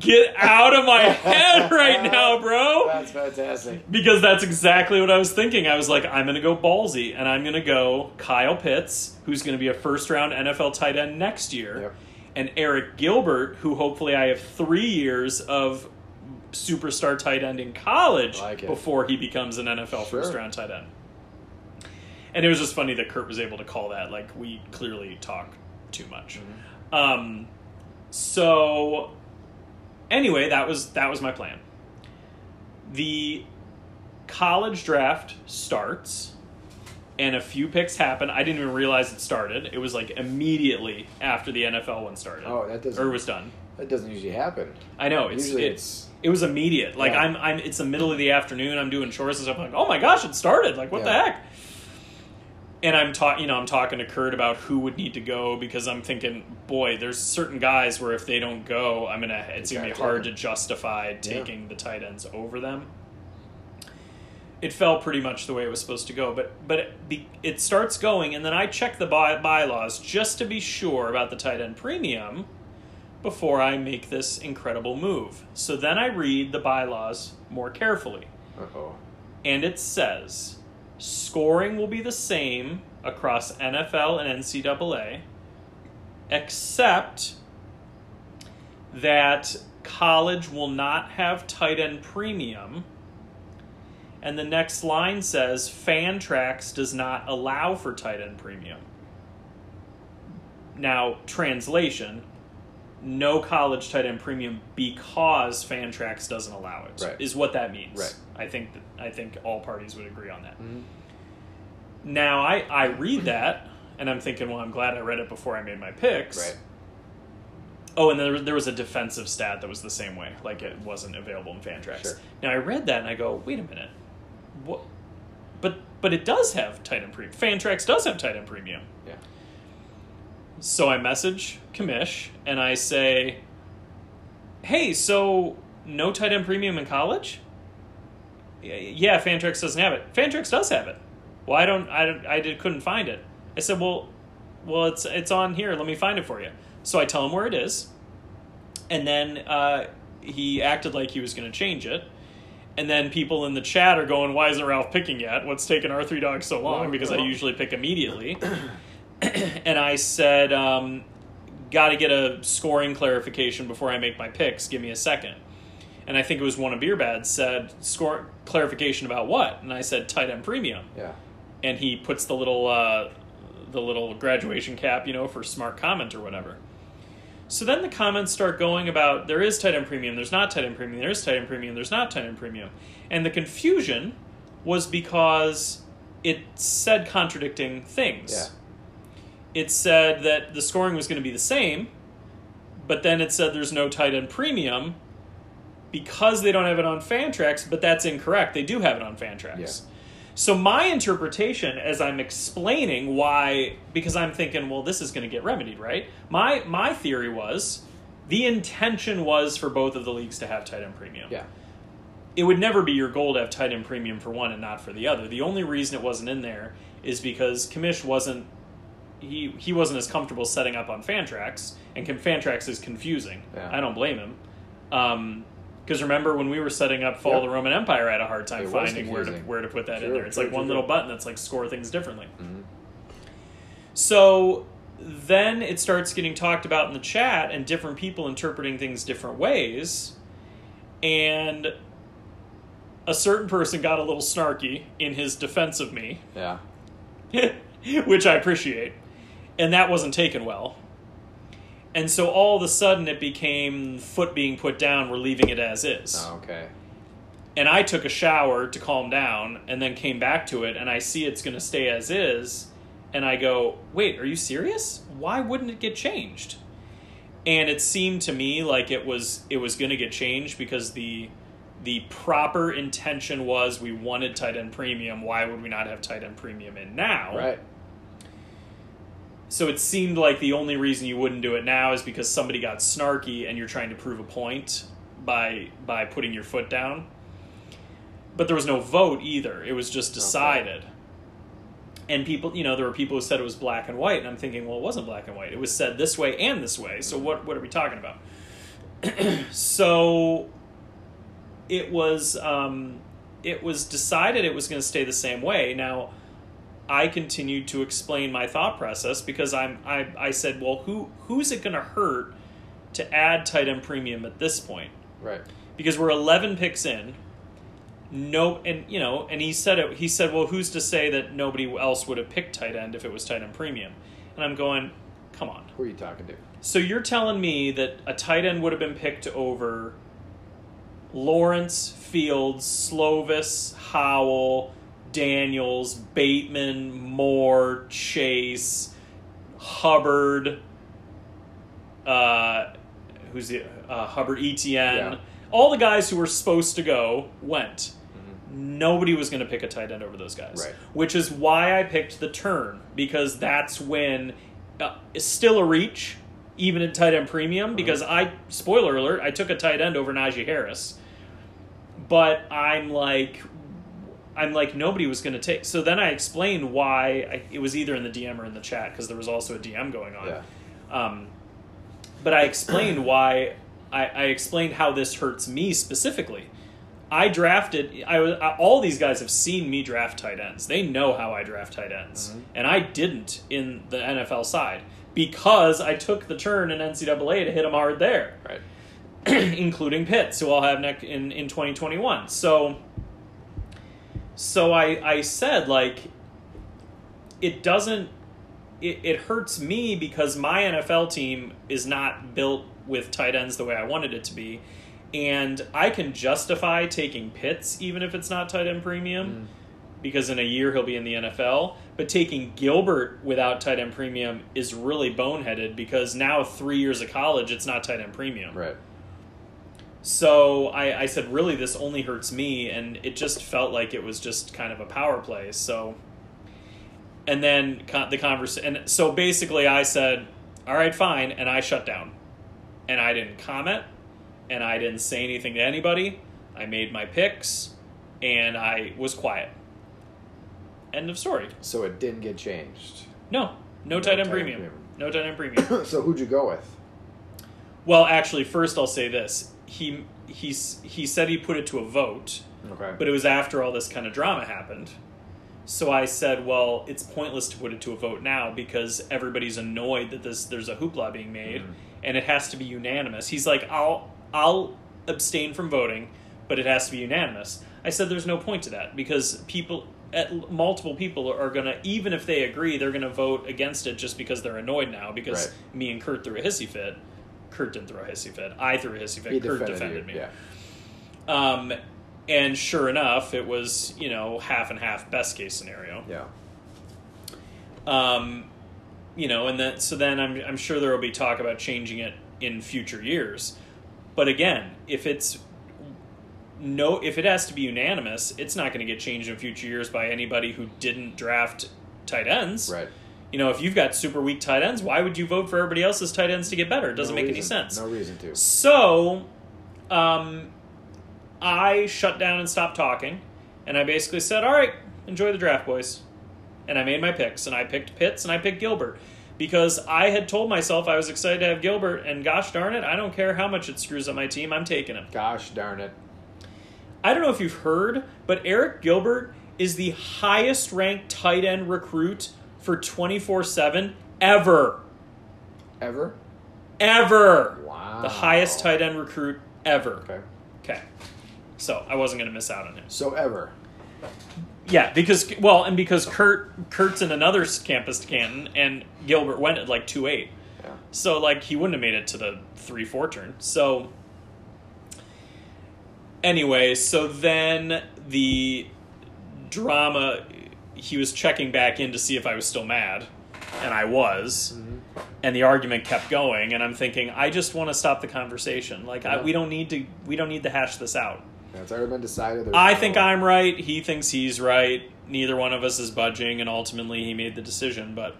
S2: get out of my head right now, bro
S3: That's fantastic.
S2: because that's exactly what I was thinking. I was like, I'm going to go ballsy, and I'm going to go Kyle Pitts, who's going to be a first round NFL tight end next year,
S3: Yep.
S2: and Eric Gilbert, who hopefully I have three years of superstar tight end in college
S3: Like it.
S2: before he becomes an NFL
S3: Sure.
S2: first round tight end. And it was just funny that Kurt was able to call that. Like, we clearly talk too much.
S3: Mm-hmm.
S2: Um, so anyway, that was that was my plan. The college draft starts and a few picks happen. I didn't even realize it started. It was like immediately after the NFL one started.
S3: Oh, that doesn't-
S2: or was done.
S3: That doesn't usually happen.
S2: I know it's
S3: Usually
S2: it-
S3: it's-
S2: it was immediate. Like
S3: Yeah.
S2: I'm I'm it's the middle of the afternoon. I'm doing chores and stuff. I'm like, oh my gosh, it started. Like what
S3: Yeah.
S2: the heck? And I'm talking, you know, I'm talking to Kurt about who would need to go because I'm thinking, boy, there's certain guys where if they don't go, I'm gonna it's gonna be
S3: Exactly.
S2: hard to justify taking the tight ends over them. It fell pretty much the way it was supposed to go, but but it, be, it starts going, and then I check the by, bylaws just to be sure about the tight end premium before I make this incredible move. So then I read the bylaws more carefully,
S3: Uh oh.
S2: and it says scoring will be the same across NFL and NCAA, except that college will not have tight end premium. And the next line says Fantrax does not allow for tight end premium. Now, translation no college tight end premium because Fantrax doesn't allow it. Is
S3: Right.
S2: what that means.
S3: Right. Mm-hmm.
S2: I think that, I think all parties would agree on that. Now I I read that and I'm thinking, well, I'm glad I read it before I made my picks.
S3: Right.
S2: Oh, and there, there was a defensive stat that was the same way. Like it wasn't available in Fantrax.
S3: Sure.
S2: Now I read that and I go, wait a minute, what? But but it does have tight end premium. Fantrax does have tight end premium.
S3: Yeah.
S2: So I message Kamish and I say, "Hey, so no tight end premium in college? Yeah, yeah, Fantrax doesn't have it. Fantrax does have it. Well, I don't. I don't- I did, couldn't find it. I said, well, well, it's it's on here. Let me find it for you. So I tell him where it is, and then uh, he acted like he was going to change it. And then people in the chat are going, "Why isn't Ralph picking yet? What's taking our three dogs so long?" Because I
S3: well.
S2: usually pick
S3: *clears throat*
S2: immediately. and I said, um, "Got to get a scoring clarification before I make my picks. Give me a second. And I think it was one of Beerbad said, "Score clarification about what?" And I said, "Tight end premium."
S3: Yeah.
S2: And he puts the little uh, the little graduation cap, you know, for smart comment or whatever. So then the comments start going about there is tight end premium, there's not tight end premium, there is tight end premium, there's not tight end premium. And the confusion was because it said contradicting things
S3: Yeah.
S2: it said that the scoring was going to be the same, but then it said there's no tight end premium because they don't have it on Fantrax, but that's incorrect. They do have it on Fantrax.
S3: Yeah.
S2: So my interpretation as I'm explaining why because I'm thinking, well, this is going to get remedied, right? My my theory was the intention was for both of the leagues to have tight end premium
S3: Yeah.
S2: it would never be your goal to have tight end premium for one and not for the other. The only reason it wasn't in there is because Kamish wasn't he he wasn't as comfortable setting up on Fantrax, and Con- Fantrax is confusing.
S3: Yeah.
S2: I don't blame him. Um, Because remember when we were setting up Fall of
S3: Yep.
S2: the Roman Empire, I had a hard time
S3: It was
S2: finding where to
S3: confusing.
S2: where to put that in
S3: Sure,
S2: there. It's
S3: sure,
S2: like
S3: sure,
S2: one
S3: sure.
S2: little button that's like score things differently.
S3: Mhm.
S2: So then it starts getting talked about in the chat and different people interpreting things different ways. And a certain person got a little snarky in his defense of me, *laughs*
S3: Yeah.
S2: which I appreciate. And that wasn't taken well. And so all of a sudden it became foot being put down, we're leaving it as is
S3: Oh, okay.
S2: and I took a shower to calm down and then came back to it and I see it's going to stay as is and I go, "Wait, are you serious? Why wouldn't it get changed?" And it seemed to me like it was it was going to get changed because the the proper intention was we wanted tight end premium. Why would we not have tight end premium in now?
S3: Right.
S2: So it seemed like the only reason you wouldn't do it now is because somebody got snarky and you're trying to prove a point by by putting your foot down. But there was no vote either. It was just decided. And people, you know, there were people who said it was black and white and I'm thinking, well, it wasn't black and white. It was said this way and this way. So what what are we talking about? *clears throat* so it was um it was decided it was going to stay the same way. Now I continued to explain my thought process because I'm I, I said, well, who who's it going to hurt to add tight end premium at this point?
S3: Right.
S2: Because we're 11 picks in. No, and you know, and he said it. He said, well, who's to say that nobody else would have picked tight end if it was tight end premium? And I'm going, come on.
S3: Who are you talking to?
S2: So you're telling me that a tight end would have been picked over Lawrence, Fields, Slovis, Howell, Daniels, Bateman, Moore, Chase, Hubbard, uh, who's the uh, Hubbard, ETN,
S3: Yeah.
S2: all the guys who were supposed to go went. Nobody was going to pick a tight end over those guys,
S3: Right.
S2: which is why I picked the turn because that's when uh, it's still a reach, even at tight end
S3: Uh-huh.
S2: premium. Because I spoiler alert, I took a tight end over Najee Harris, but I'm like, I'm like nobody was going to take. So then I explained why I, it was either in the DM or in the chat because there was also a DM going on.
S3: Yeah.
S2: Um, but I explained why I, I explained how this hurts me specifically. I drafted. I, was- I all these guys have seen me draft tight ends. They know how I draft tight ends, and I didn't in the NFL side because I took the turn in NCAA to hit them hard there,
S3: Right.
S2: *clears throat* including Pitts, who I'll have next in in 2021. So, so I I said like, it doesn't. It, it hurts me because my NFL team is not built with tight ends the way I wanted it to be. And I can justify taking Pitts, even if it's not tight end premium, because in a year he'll be in the NFL. But taking Gilbert without tight end premium is really boneheaded because now, three years of college, it's not tight end premium.
S3: Right.
S2: So I, I said, really, this only hurts me, and it just felt like it was just kind of a power play. So, and then con- the conversation, and so basically, I said, all right, fine, and I shut down, and I didn't comment, and I didn't say anything to anybody. I made my picks, and I was quiet. End of story.
S3: So it didn't get changed. *clears throat*
S2: No, no,
S3: No
S2: tight end
S3: tight end
S2: premium.
S3: premium.
S2: No tight end premium.
S3: so who'd you go with?
S2: well, actually, first I'll say this. He he's he said he put it to a vote.
S3: Okay.
S2: But it was after all this kind of drama happened. So I said, well, it's pointless to put it to a vote now because everybody's annoyed that this there's a hoopla being made
S3: Mm-hmm.
S2: and it has to be unanimous. He's like, I'll I'll abstain from voting, but it has to be unanimous. I said there's no point to that because people at multiple people are going to even if they agree, they're going to vote against it just because they're annoyed now because
S3: Right.
S2: me and Kurt threw a hissy fit. Kurt didn't throw a hissy fit. I threw a hissy fit.
S3: he
S2: Kurt
S3: defended,
S2: defended
S3: you.
S2: me.
S3: Yeah.
S2: Um, and sure enough, it was you know half and half, best case scenario.
S3: Yeah.
S2: Um, you know, and then so then I'm I'm sure there will be talk about changing it in future years. But again, if it's no, if it has to be unanimous, it's not going to get changed in future years by anybody who didn't draft tight ends.
S3: Right.
S2: You know, if you've got super weak tight ends, why would you vote for everybody else's tight ends to get better? It doesn't
S3: No
S2: make any
S3: reason-
S2: sense.
S3: No reason to.
S2: So, um, I shut down and stopped talking, and I basically said, "All right, enjoy the draft, boys." And I made my picks, and I picked Pitts, and I picked Gilbert. because I had told myself I was excited to have Gilbert, and gosh darn it, I don't care how much it screws up my team, I'm taking him.
S3: Gosh darn it.
S2: I don't know if you've heard, but Eric Gilbert is the highest ranked tight end recruit for 24 7 ever.
S3: Ever?
S2: Ever.
S3: Wow.
S2: The highest tight end recruit ever.
S3: Okay.
S2: Okay. So I wasn't going to miss out on him.
S3: So ever.
S2: Yeah, because well, and because Kurt Kurt's in another s- campus to Canton, and Gilbert went at like two eight,
S3: Yeah.
S2: so like he wouldn't have made it to the three four turn. So anyway, so then the drama. He was checking back in to see if I was still mad, and I was. And the argument kept going, and I'm thinking, I just want to stop the conversation. Like, I,
S3: Yeah.
S2: we don't need to, we don't need to hash this out.
S3: That's already been decided. There's
S2: I
S3: no-
S2: think I'm right. He thinks he's right. Neither one of us is budging, and ultimately he made the decision. But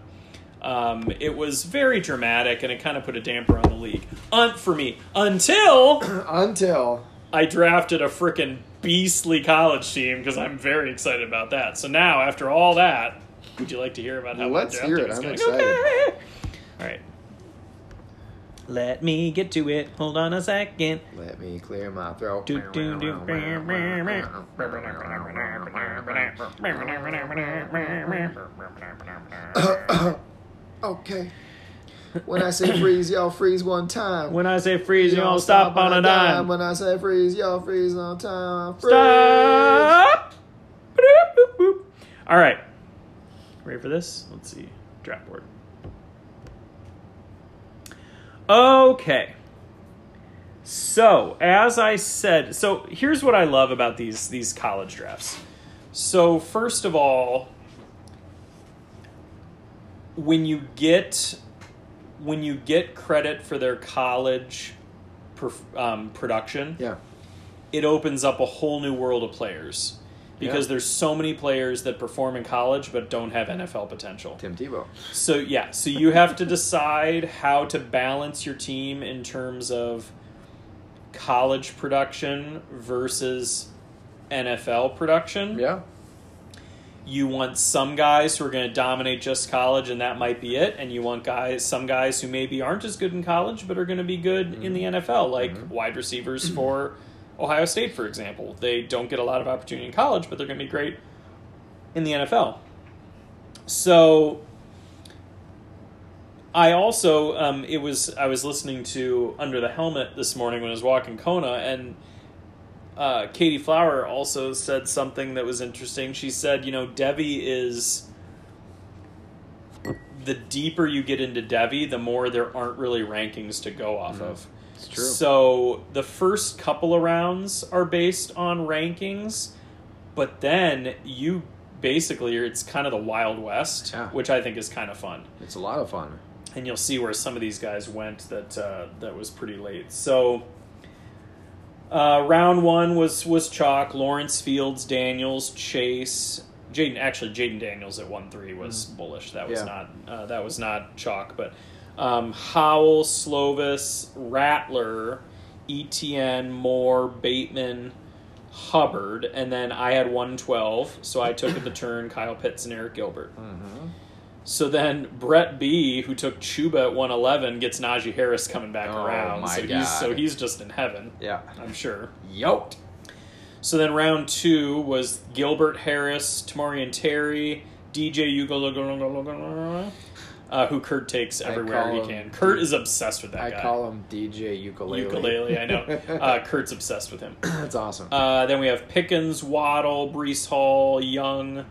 S2: um, it was very dramatic, and it kind of put a damper on the league. Un- for me, until *coughs*
S3: Until.
S2: I drafted a freaking beastly college team because I'm very excited about that. So now, after all that, would you like to hear about how my
S3: Let's hear
S2: drafting
S3: it.
S2: is
S3: I'm
S2: going?
S3: excited.
S2: Okay. All right. Let me get to it. Hold on a second.
S3: Let me clear my throat.
S2: Do, do, do.
S3: *coughs* Okay. When I say freeze, y'all freeze one time.
S2: When I say freeze, you don't stop on a dime.
S3: When I say freeze, y'all freeze on time. Freeze.
S2: Stop! Boop, boop, boop. All right. Ready for this? Let's see. Draft board. Okay. So, as I said, so here's what I love about these these college drafts. So, first of all, when you get when you get credit for their college perf- um, production,
S3: Yeah.
S2: it opens up a whole new world of players because
S3: Yeah.
S2: there's so many players that perform in college but don't have NFL potential.
S3: Tim Tebow.
S2: So yeah, so you have to decide how to balance your team in terms of college production versus NFL production.
S3: Yeah.
S2: You want some guys who are going to dominate just college and that might be it and you want guys some guys who maybe aren't as good in college but are going to be good in the NFL like wide receivers for Ohio State for example. They don't get a lot of opportunity in college but they're going to be great in the NFL. So I also um, it was I was listening to Under the Helmet this morning when I was walking Kona and uh, Katie Flower also said something that was interesting. She said, you know, Devi is the deeper you get into Devi, the more there aren't really rankings to go off of.
S3: Mm. It's true.
S2: So the first couple of rounds are based on rankings, but then you basically it's kind of the wild west,
S3: Yeah.
S2: which I think is kind of fun.
S3: it's a lot of fun.
S2: And you'll see where some of these guys went that uh, that was pretty late. So uh, round one was was chalk. Lawrence Fields, Daniels, Chase, Jaden. Actually, Jaden Daniels at one three was bullish. That was
S3: Yeah.
S2: not uh, that was not chalk. But um, Howell, Slovis, Rattler, ETN, Moore, Bateman, Hubbard, and then I had one twelve. So I took at the turn Kyle Pitts and Eric Gilbert. So then Brett B, who took Chuba at one eleven, gets Najee Harris coming back
S3: Oh
S2: around.
S3: my
S2: so he's so
S3: God.
S2: he's just in heaven.
S3: Yeah.
S2: I'm sure.
S3: Yoked.
S2: So then round two was Gilbert Harris, Tamari and Terry, DJ Ugalagalagalagala, uh, who Kurt takes everywhere
S3: call
S2: he
S3: him-
S2: can. Kurt is obsessed with that
S3: I
S2: guy.
S3: call him DJ Ukulele.
S2: Ukulele, I know.
S3: *laughs*
S2: Uh, Kurt's obsessed with him.
S3: That's awesome.
S2: Uh, then we have Pickens, Waddle, Brees Hall, Young,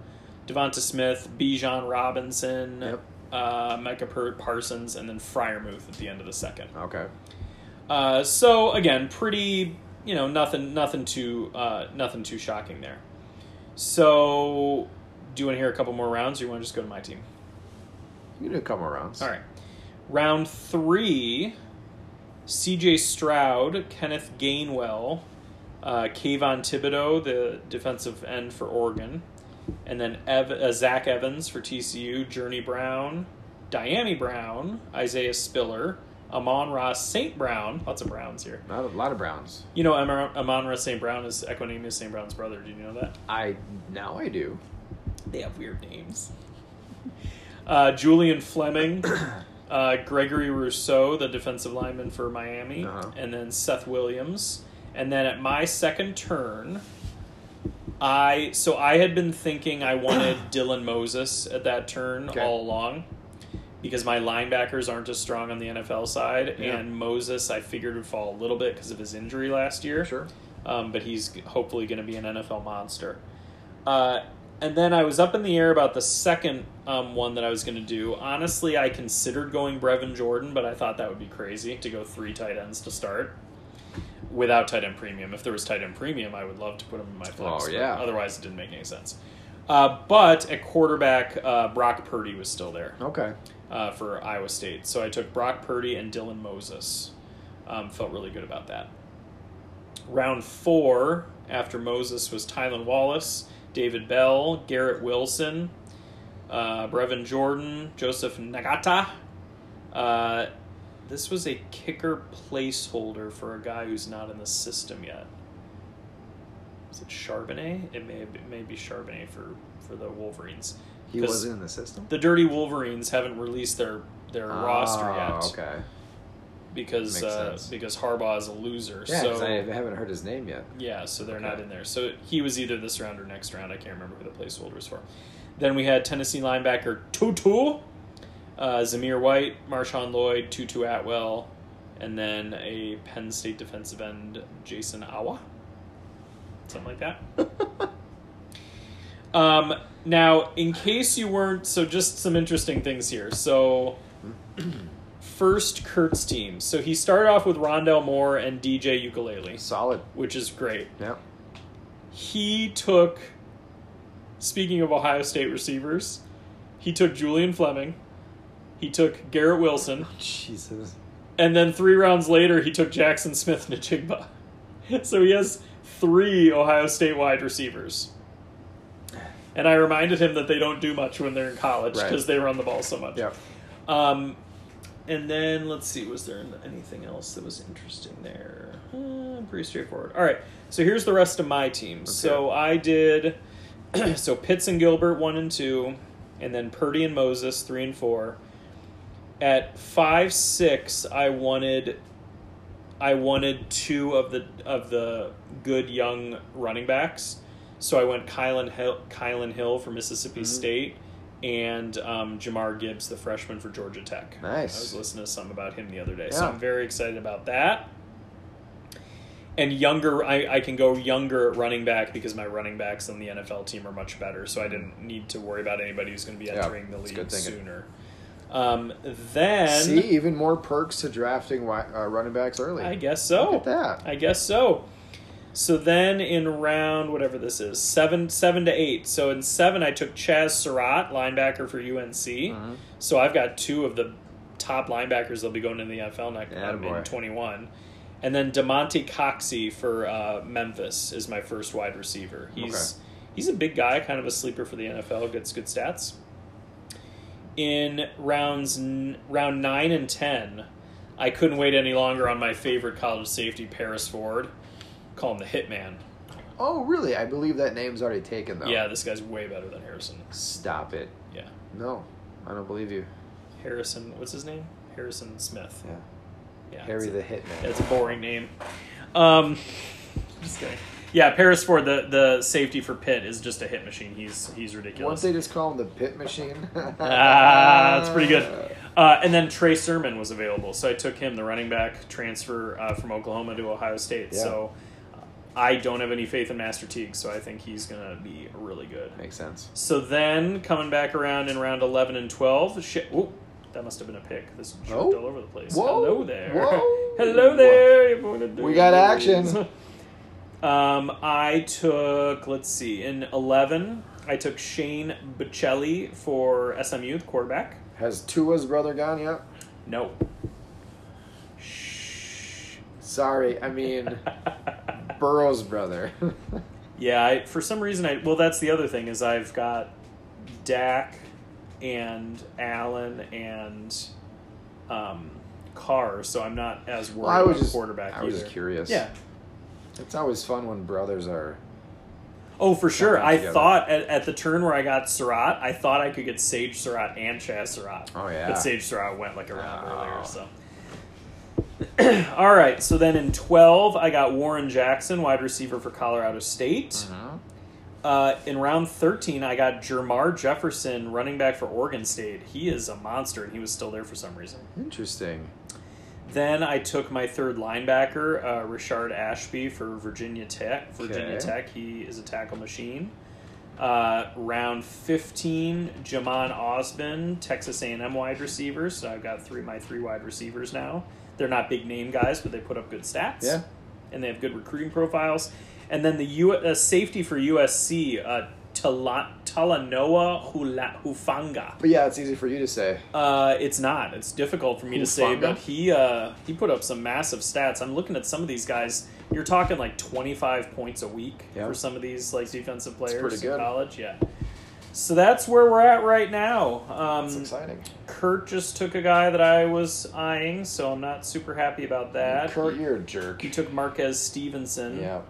S2: Devonta Smith, Bijan Robinson,
S3: Yep.
S2: uh, Micah Per- Parsons, and then Fryermuth at the end of the second.
S3: okay.
S2: Uh, so again, pretty you know nothing nothing too uh, nothing too shocking there. So do you want to hear a couple more rounds, or you want to just go to my team?
S3: You do come around.
S2: All right, round three: C.J. Stroud, Kenneth Gainwell, uh, Kayvon Thibodeau, the defensive end for Oregon, and then Ev- uh, Zach Evans for TCU, Journey Brown, Diami Brown, Isaiah Spiller, Amon Ross St. Brown. Lots of Browns here.
S3: Not a lot of Browns.
S2: You know, Amar- Amonra St. Brown is Equanimous St. Brown's brother. Do you know that?
S3: I now I do.
S2: They have weird names. Uh, Julian
S3: *coughs*
S2: Fleming, uh, Gregory Rousseau, the defensive lineman for Miami,
S3: Uh-huh.
S2: and then Seth Williams. And then at my second turn, I so I had been thinking I
S3: *coughs*
S2: wanted Dylan Moses at that turn
S3: Okay.
S2: all along because my linebackers aren't as strong on the NFL side,
S3: Yeah.
S2: and Moses I figured would fall a little bit because of his injury last year
S3: Sure.
S2: um, but he's g- hopefully going to be an NFL monster. Uh, and then I was up in the air about the second um, one that I was going to do. Honestly, I considered going Brevin Jordan, but I thought that would be crazy to go three tight ends to start without tight end premium. If there was tight end premium, I would love to put him in my flex.
S3: Oh,
S2: but
S3: yeah.
S2: Otherwise, it didn't make any sense. Uh, but at quarterback, uh, Brock Purdy was still there
S3: Okay.
S2: uh, for Iowa State. So I took Brock Purdy and Dylan Moses. Um, felt really good about that. Round four, after Moses, was Tylen Wallace, David Bell, Garrett Wilson, uh, Brevin Jordan, Joseph Nagata. Uh, this was a kicker placeholder for a guy who's not in the system yet. Is it Charbonnet? It may, it may be Charbonnet for, for the Wolverines.
S3: He
S2: 'Cause-
S3: wasn't in the system.
S2: the Dirty Wolverines haven't released their their roster
S3: Ah,
S2: yet
S3: Okay.
S2: because
S3: Makes
S2: uh,
S3: sense.
S2: because Harbaugh is a loser.
S3: Yeah, 'cause
S2: so
S3: I haven't heard his name yet.
S2: yeah, so they're not
S3: Okay.
S2: in there. So he was either this round or next round. I can't remember who the placeholder was for. Then we had Tennessee linebacker Tutu, uh, Zamir White, Marshawn Lloyd, Tutu Atwell, and then a Penn State defensive end Jason Awa, something like that. Um, now, in case you weren't, so just some interesting things here. So, first Kurt's team. So he started off with Rondell Moore and DJ Ukulele,
S3: Solid.
S2: which is great.
S3: Yeah.
S2: He took, speaking of Ohio State receivers, he took Julian Fleming, he took Garrett Wilson,
S3: Jesus.
S2: and then three rounds later he took Jackson Smith and Najigba. *laughs* So he has three Ohio State wide receivers. And I reminded him that they don't do much when they're in college
S3: Right.
S2: because they run the ball so much.
S3: Yeah.
S2: Um, and then let's see, was there anything else that was interesting there? Uh, pretty straightforward. All right, so here's the rest of my team. So I did, *clears throat* so Pitts and Gilbert one and two, and then Purdy and Moses three and four. At five six, I wanted, I wanted two of the of the good young running backs. So I went Kylan Hill, Kylan Hill for Mississippi
S3: Mm-hmm.
S2: State, and um, Jamar Gibbs, the freshman for Georgia Tech.
S3: Nice.
S2: I was listening to some about him the other day, so
S3: Yeah.
S2: I'm very excited about that. And younger, I, I can go younger at running back because my running backs on the NFL team are much better, so I didn't need to worry about anybody who's going to be
S3: Yeah,
S2: entering the
S3: that's
S2: league
S3: good thinking.
S2: sooner. Um, then
S3: See, even more perks to drafting wi- uh, running backs early.
S2: I Oh. guess so.
S3: Look at that.
S2: I guess so. So then in round whatever this is, seven seven to eight. So in seven I took Chaz Surratt, linebacker for UNC.
S3: Mhm.
S2: So I've got two of the top linebackers that'll be going in the NFL next um, in
S3: Attaboy.
S2: twenty one. And then Demonte Coxey for uh, Memphis is my first wide receiver. He's he's a big guy, kind of a sleeper for the NFL, gets good stats. In rounds n- round nine and ten, I couldn't wait any longer on my favorite college safety, Paris Ford. Call him the Hitman.
S3: Oh, really? I believe that name's already taken though.
S2: Yeah, this guy's way better than Harrison.
S3: Stop it.
S2: Yeah,
S3: No, I don't believe you.
S2: Harrison. What's his name? Harrison Smith.
S3: Yeah.
S2: Yeah, it's
S3: Harry
S2: a-
S3: the Hitman.
S2: That's a boring name. Um, just kidding. Yeah, Paris Ford, the the safety for Pitt, is just a hit machine. He's he's
S3: Once
S2: ridiculous.
S3: they just call him the pit
S2: *laughs*
S3: machine. *laughs*
S2: Ah, that's pretty good. Uh, and then Trey Sermon was available, so I took him, the running back transfer uh, from Oklahoma to Ohio State.
S3: Yeah.
S2: So uh, I don't have any faith in Master Teague, so I think he's gonna be really good.
S3: Makes sense.
S2: So then coming back around in round eleven and twelve, shit. Ooh, that must have been a pick. This jumped
S3: Oh.
S2: all over the place.
S3: Whoa.
S2: Hello there.
S3: Whoa.
S2: *laughs* Hello there. you're going to do
S3: We got action.
S2: *laughs* um, I took let's see in eleven. I took Shane Bocelli for SMU, the quarterback.
S3: Has Tua's brother gone yet?
S2: No.
S3: Sorry, I
S2: *laughs*
S3: mean Burrow's brother. *laughs*
S2: Yeah, I, for some reason, I well, that's the other thing is I've got Dak and Allen and um, Carr, so I'm not as worried
S3: Well, I was
S2: about
S3: just
S2: quarterback.
S3: I was
S2: either.
S3: just curious.
S2: Yeah,
S3: It's always fun when brothers are
S2: Oh, for sure.
S3: Something
S2: I
S3: together.
S2: thought at, at the turn where I got Surratt, I thought I could get Sage Surratt and Chaz Surratt.
S3: Oh, yeah.
S2: But Sage Surratt went like a round
S3: Oh.
S2: earlier, so. *clears throat* All right, so then in 12, I got Warren Jackson, wide receiver for Colorado State.
S3: Mm-hmm.
S2: Uh, in round 13, I got Jermar Jefferson, running back for Oregon State. He is a monster, and he was still there for some reason.
S3: Interesting.
S2: Then I took my third linebacker, uh, Richard Ashby for Virginia Tech. Virginia
S3: Okay.
S2: Tech, he is a tackle machine. Uh, round 15, Jamon Osman, Texas A&M wide receiver. So I've got three my three wide receivers now. They're not big name guys, but they put up good stats.
S3: Yeah.
S2: And they have good recruiting profiles. And then the U- uh, safety for USC, uh, Tala- Talanoa Hula- Hufanga.
S3: But yeah, it's easy for you to say.
S2: Uh, it's not. It's difficult for me to say,
S3: Hufanga?
S2: but he uh, he put up some massive stats. I'm looking at some of these guys. You're talking like 25 points a week
S3: Yeah.
S2: for some of these like defensive players
S3: pretty
S2: in
S3: good.
S2: college. Yeah. So that's where we're at right now.
S3: It's
S2: Um,
S3: exciting.
S2: Kurt just took a guy that I was eyeing, so I'm not super happy about that.
S3: Kurt, you're a jerk.
S2: He took Marquez Stevenson.
S3: Yeah.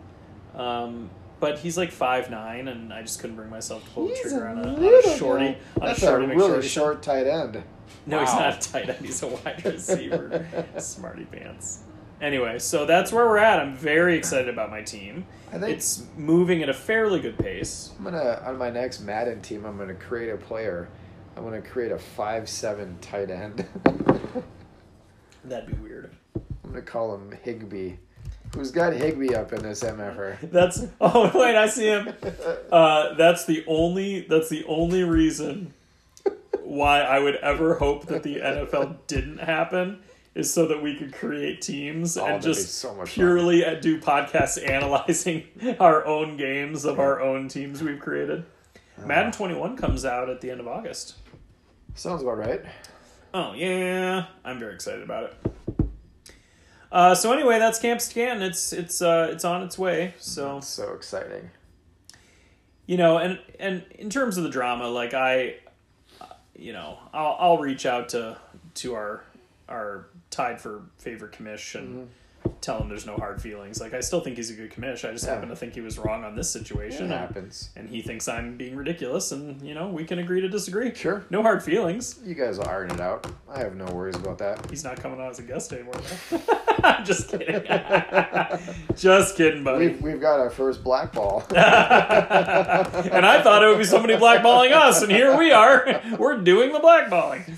S2: Um, but he's like five nine, and I just couldn't bring myself to pull the
S3: He's
S2: trigger on a, on
S3: little
S2: a shorty.
S3: guy.
S2: On
S3: That's
S2: a shorty
S3: a
S2: McShorty.
S3: really short tight end.
S2: No, he's
S3: Wow.
S2: not a tight end. He's a wide
S3: *laughs*
S2: receiver. Smarty pants. Anyway, so that's where we're at. I'm very excited about my team.
S3: I think-
S2: it's moving at a fairly good pace.
S3: I'm gonna on my next Madden team. I'm gonna create a player. I'm gonna create a five-seven tight end. *laughs*
S2: That'd be weird.
S3: I'm gonna call him Higby. Who's got Higby up in this MFR?
S2: That's *laughs* oh wait, I see him. Uh, that's the only. That's the only reason why I would ever hope that the NFL didn't happen is so that we could create teams and
S3: Oh, that'd be
S2: just
S3: so much fun.
S2: purely uh, do podcasts *laughs* analyzing our own games of our own teams we've created.
S3: Oh.
S2: Madden 21 comes out at the end of August.
S3: Sounds about right.
S2: Oh yeah, I'm very excited about it. Uh, so anyway, that's Camp Scan. It's it's uh, it's on its way. So
S3: So exciting.
S2: you know and and in terms of the drama like i you know i'll i'll reach out to to our our tied for favorite commish and
S3: Mm-hmm.
S2: tell him there's no hard feelings like i still think he's a good commish i just happen to think he was wrong on this situation
S3: It
S2: and-
S3: happens.
S2: and he thinks i'm being ridiculous and you know we can agree to disagree
S3: Sure.
S2: no hard feelings
S3: You guys will iron it out. I have no worries about that.
S2: he's not coming on as a guest anymore though. *laughs* i'm just kidding
S3: *laughs*
S2: just kidding buddy
S3: We've, we've got our first black ball. *laughs*
S2: and I thought it would be somebody blackballing us, and here we are. *laughs* We're doing the blackballing.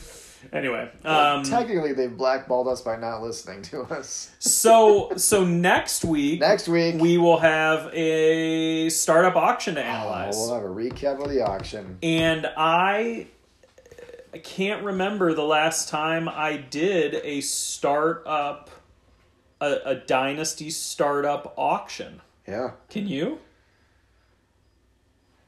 S2: Anyway, *laughs* um,
S3: Technically, they've blackballed us by not listening to us.
S2: so so next week
S3: Next week,
S2: we will have a startup auction to
S3: Oh,
S2: analyze,
S3: we'll have a recap of the auction.
S2: and I I can't remember the last time I did a startup a, a dynasty startup auction.
S3: Yeah.
S2: Can you?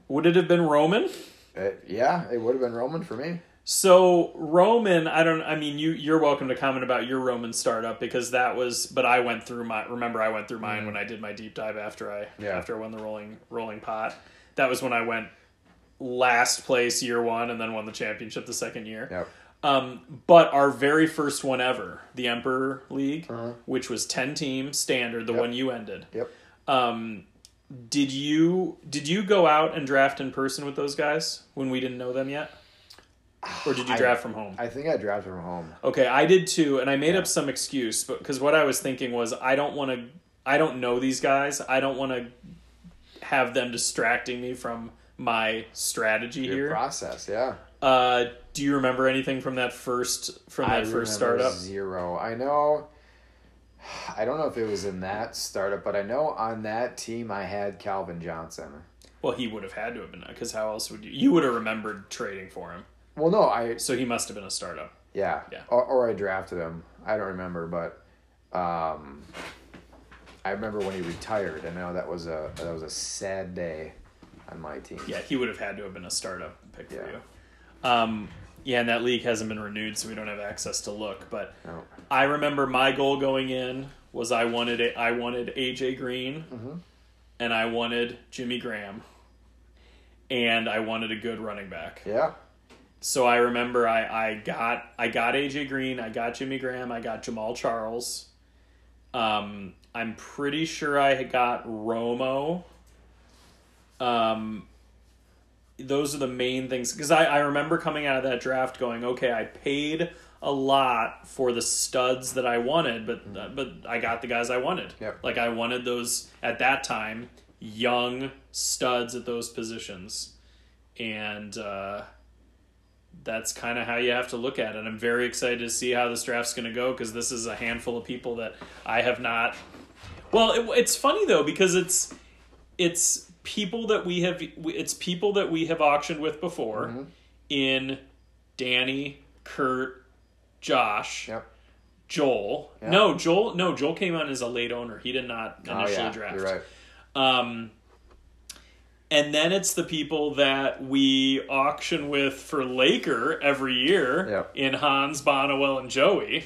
S2: Would it have been Roman?
S3: Uh, yeah, it would have been Roman for me.
S2: So Roman, I don't. I mean, you you're welcome to comment about your Roman startup because that was. But I went through my. Remember, I went through mine when I did my deep dive after I
S3: Mm. Yeah.
S2: after I won the rolling rolling pot. That was when I went last place year one and then won the championship the second year.
S3: Yep.
S2: Um, but our very first one ever, the Emperor League, which was ten team standard, the one you ended.
S3: Uh-huh. Yep.
S2: Um, did you did you go out and draft in person with those guys when we didn't know them yet, or did you draft from home?
S3: I think I dropped from home.
S2: okay, I did too, and I made up some excuse, but because what I was thinking was I don't want to, I don't know these guys, I don't want to have them distracting me from my strategy
S3: Your
S2: here.
S3: process, yeah.
S2: Uh, do you remember anything from that first from that
S3: I
S2: first
S3: remember
S2: startup?
S3: Zero. I know. I don't know if it was in that startup, but I know on that team I had Calvin Johnson.
S2: Well, he would have had to have been because how else would you? You would have remembered trading for him,
S3: Well, no, I
S2: so he must have been a startup.
S3: yeah,
S2: Yeah.
S3: Or, or I drafted him. I don't remember, but um, I remember when he retired. I know that was a that was a sad day on my team.
S2: Yeah, he would have had to have been a startup pick for
S3: Yeah.
S2: you. Um, yeah, and that league hasn't been renewed, so we don't have access to look. But
S3: No.
S2: I remember my goal going in was I wanted a, I wanted AJ Green, and I wanted Jimmy Graham, and I wanted a good running back.
S3: Yeah.
S2: So I remember I, I got I got AJ Green, I got Jimmy Graham, I got Jamal Charles. Um, I'm pretty sure I had got Romo Um, those are the main things because I, I remember coming out of that draft going, okay, I paid a lot for the studs that I wanted, but uh, but I got the guys I wanted.
S3: Yep.
S2: Like I wanted those at that time young studs at those positions, and uh, that's kind of how you have to look at it. I'm very excited to see how this draft's going to go because this is a handful of people that I have not. Well, it, it's funny though because it's it's people that we have it's people that we have auctioned with before
S3: Mm-hmm.
S2: in Danny, Kurt, Josh,
S3: Yep.
S2: Joel.
S3: Yeah.
S2: No, Joel. No, Joel came on as a late owner. He did not
S3: Oh,
S2: initially
S3: yeah,
S2: draft.
S3: You're right.
S2: Um, and then it's the people that we auction with for Laker every year
S3: Yep.
S2: in Hans, Bonnewell, and Joey.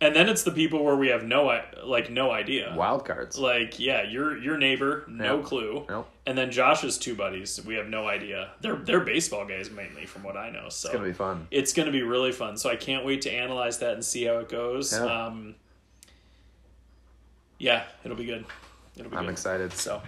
S2: And then it's the people where we have no i- like no idea.
S3: Wild cards.
S2: Like yeah, your your neighbor, no
S3: Yep.
S2: clue.
S3: Nope.
S2: And then Josh's two buddies, we have no idea. They're they're baseball guys mainly, from what I know. So
S3: It's gonna be fun.
S2: it's going to be really fun. So I can't wait to analyze that and see how it goes.
S3: Yeah.
S2: Yeah, um, yeah it'll be good. It'll be
S3: I'm
S2: good.
S3: excited.
S2: So,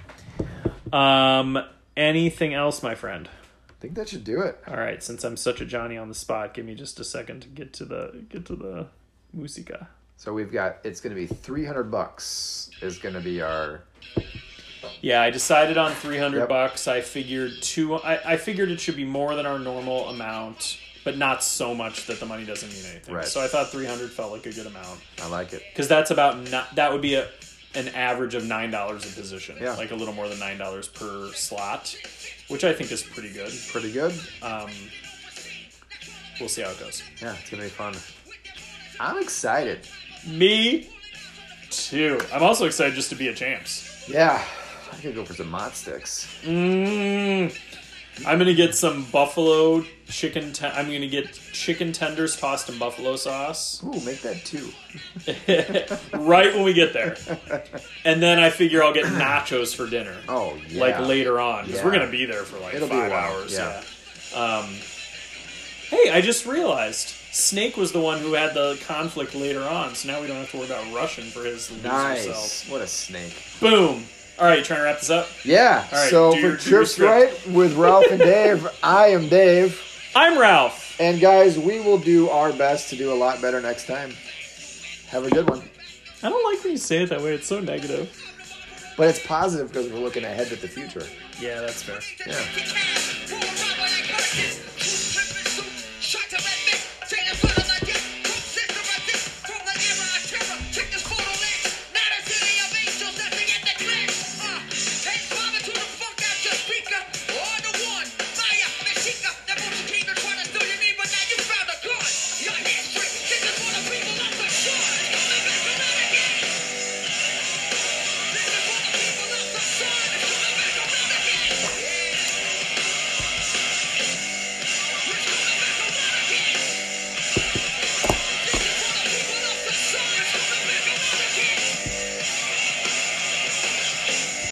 S2: um, anything else, my friend?
S3: I think that should do it.
S2: All right, since I'm such a Johnny on the spot, give me just a second to get to the get to the musica.
S3: So we've got it's gonna be 300 bucks is gonna be our
S2: Yeah, I decided on 300
S3: Yep.
S2: bucks. I figured two. I, I figured it should be more than our normal amount, but not so much that the money doesn't mean anything.
S3: Right.
S2: So I thought 300 felt like a good amount.
S3: I like it.
S2: because that's about not, that would be a an average of nine dollars a position,
S3: Yeah.
S2: like a little more than nine dollars per slot, which I think is pretty good.
S3: Pretty good.
S2: Um, we'll see how it goes.
S3: Yeah, it's gonna be fun. I'm excited.
S2: Me too. I'm also excited just to be a champs.
S3: Yeah, I could go for some mod sticks.
S2: Mm. I'm gonna get some buffalo chicken. Te- I'm gonna get chicken tenders tossed in buffalo sauce
S3: Ooh, make that two.
S2: right when we get there, and then I figure I'll get nachos for dinner.
S3: Oh yeah.
S2: like later on because we're
S3: Yeah.
S2: gonna be there for like
S3: It'll be a
S2: five
S3: while,
S2: hours.
S3: yeah.
S2: Yeah. Um, hey, I just realized Snake was the one who had the conflict later on, so now we don't have to worry about Russian for his loser
S3: Nice.
S2: self.
S3: What a snake.
S2: Boom. All right, you trying to wrap this up?
S3: Yeah.
S2: All right,
S3: so
S2: do your-
S3: for
S2: do your
S3: trips right with Ralph and Dave, *laughs* I am Dave.
S2: I'm Ralph.
S3: And guys, we will do our best to do a lot better next time. Have a good one.
S2: I don't like when you say it that way. It's so negative.
S3: But it's positive because we're looking ahead to the future.
S2: Yeah, that's fair.
S1: Yeah.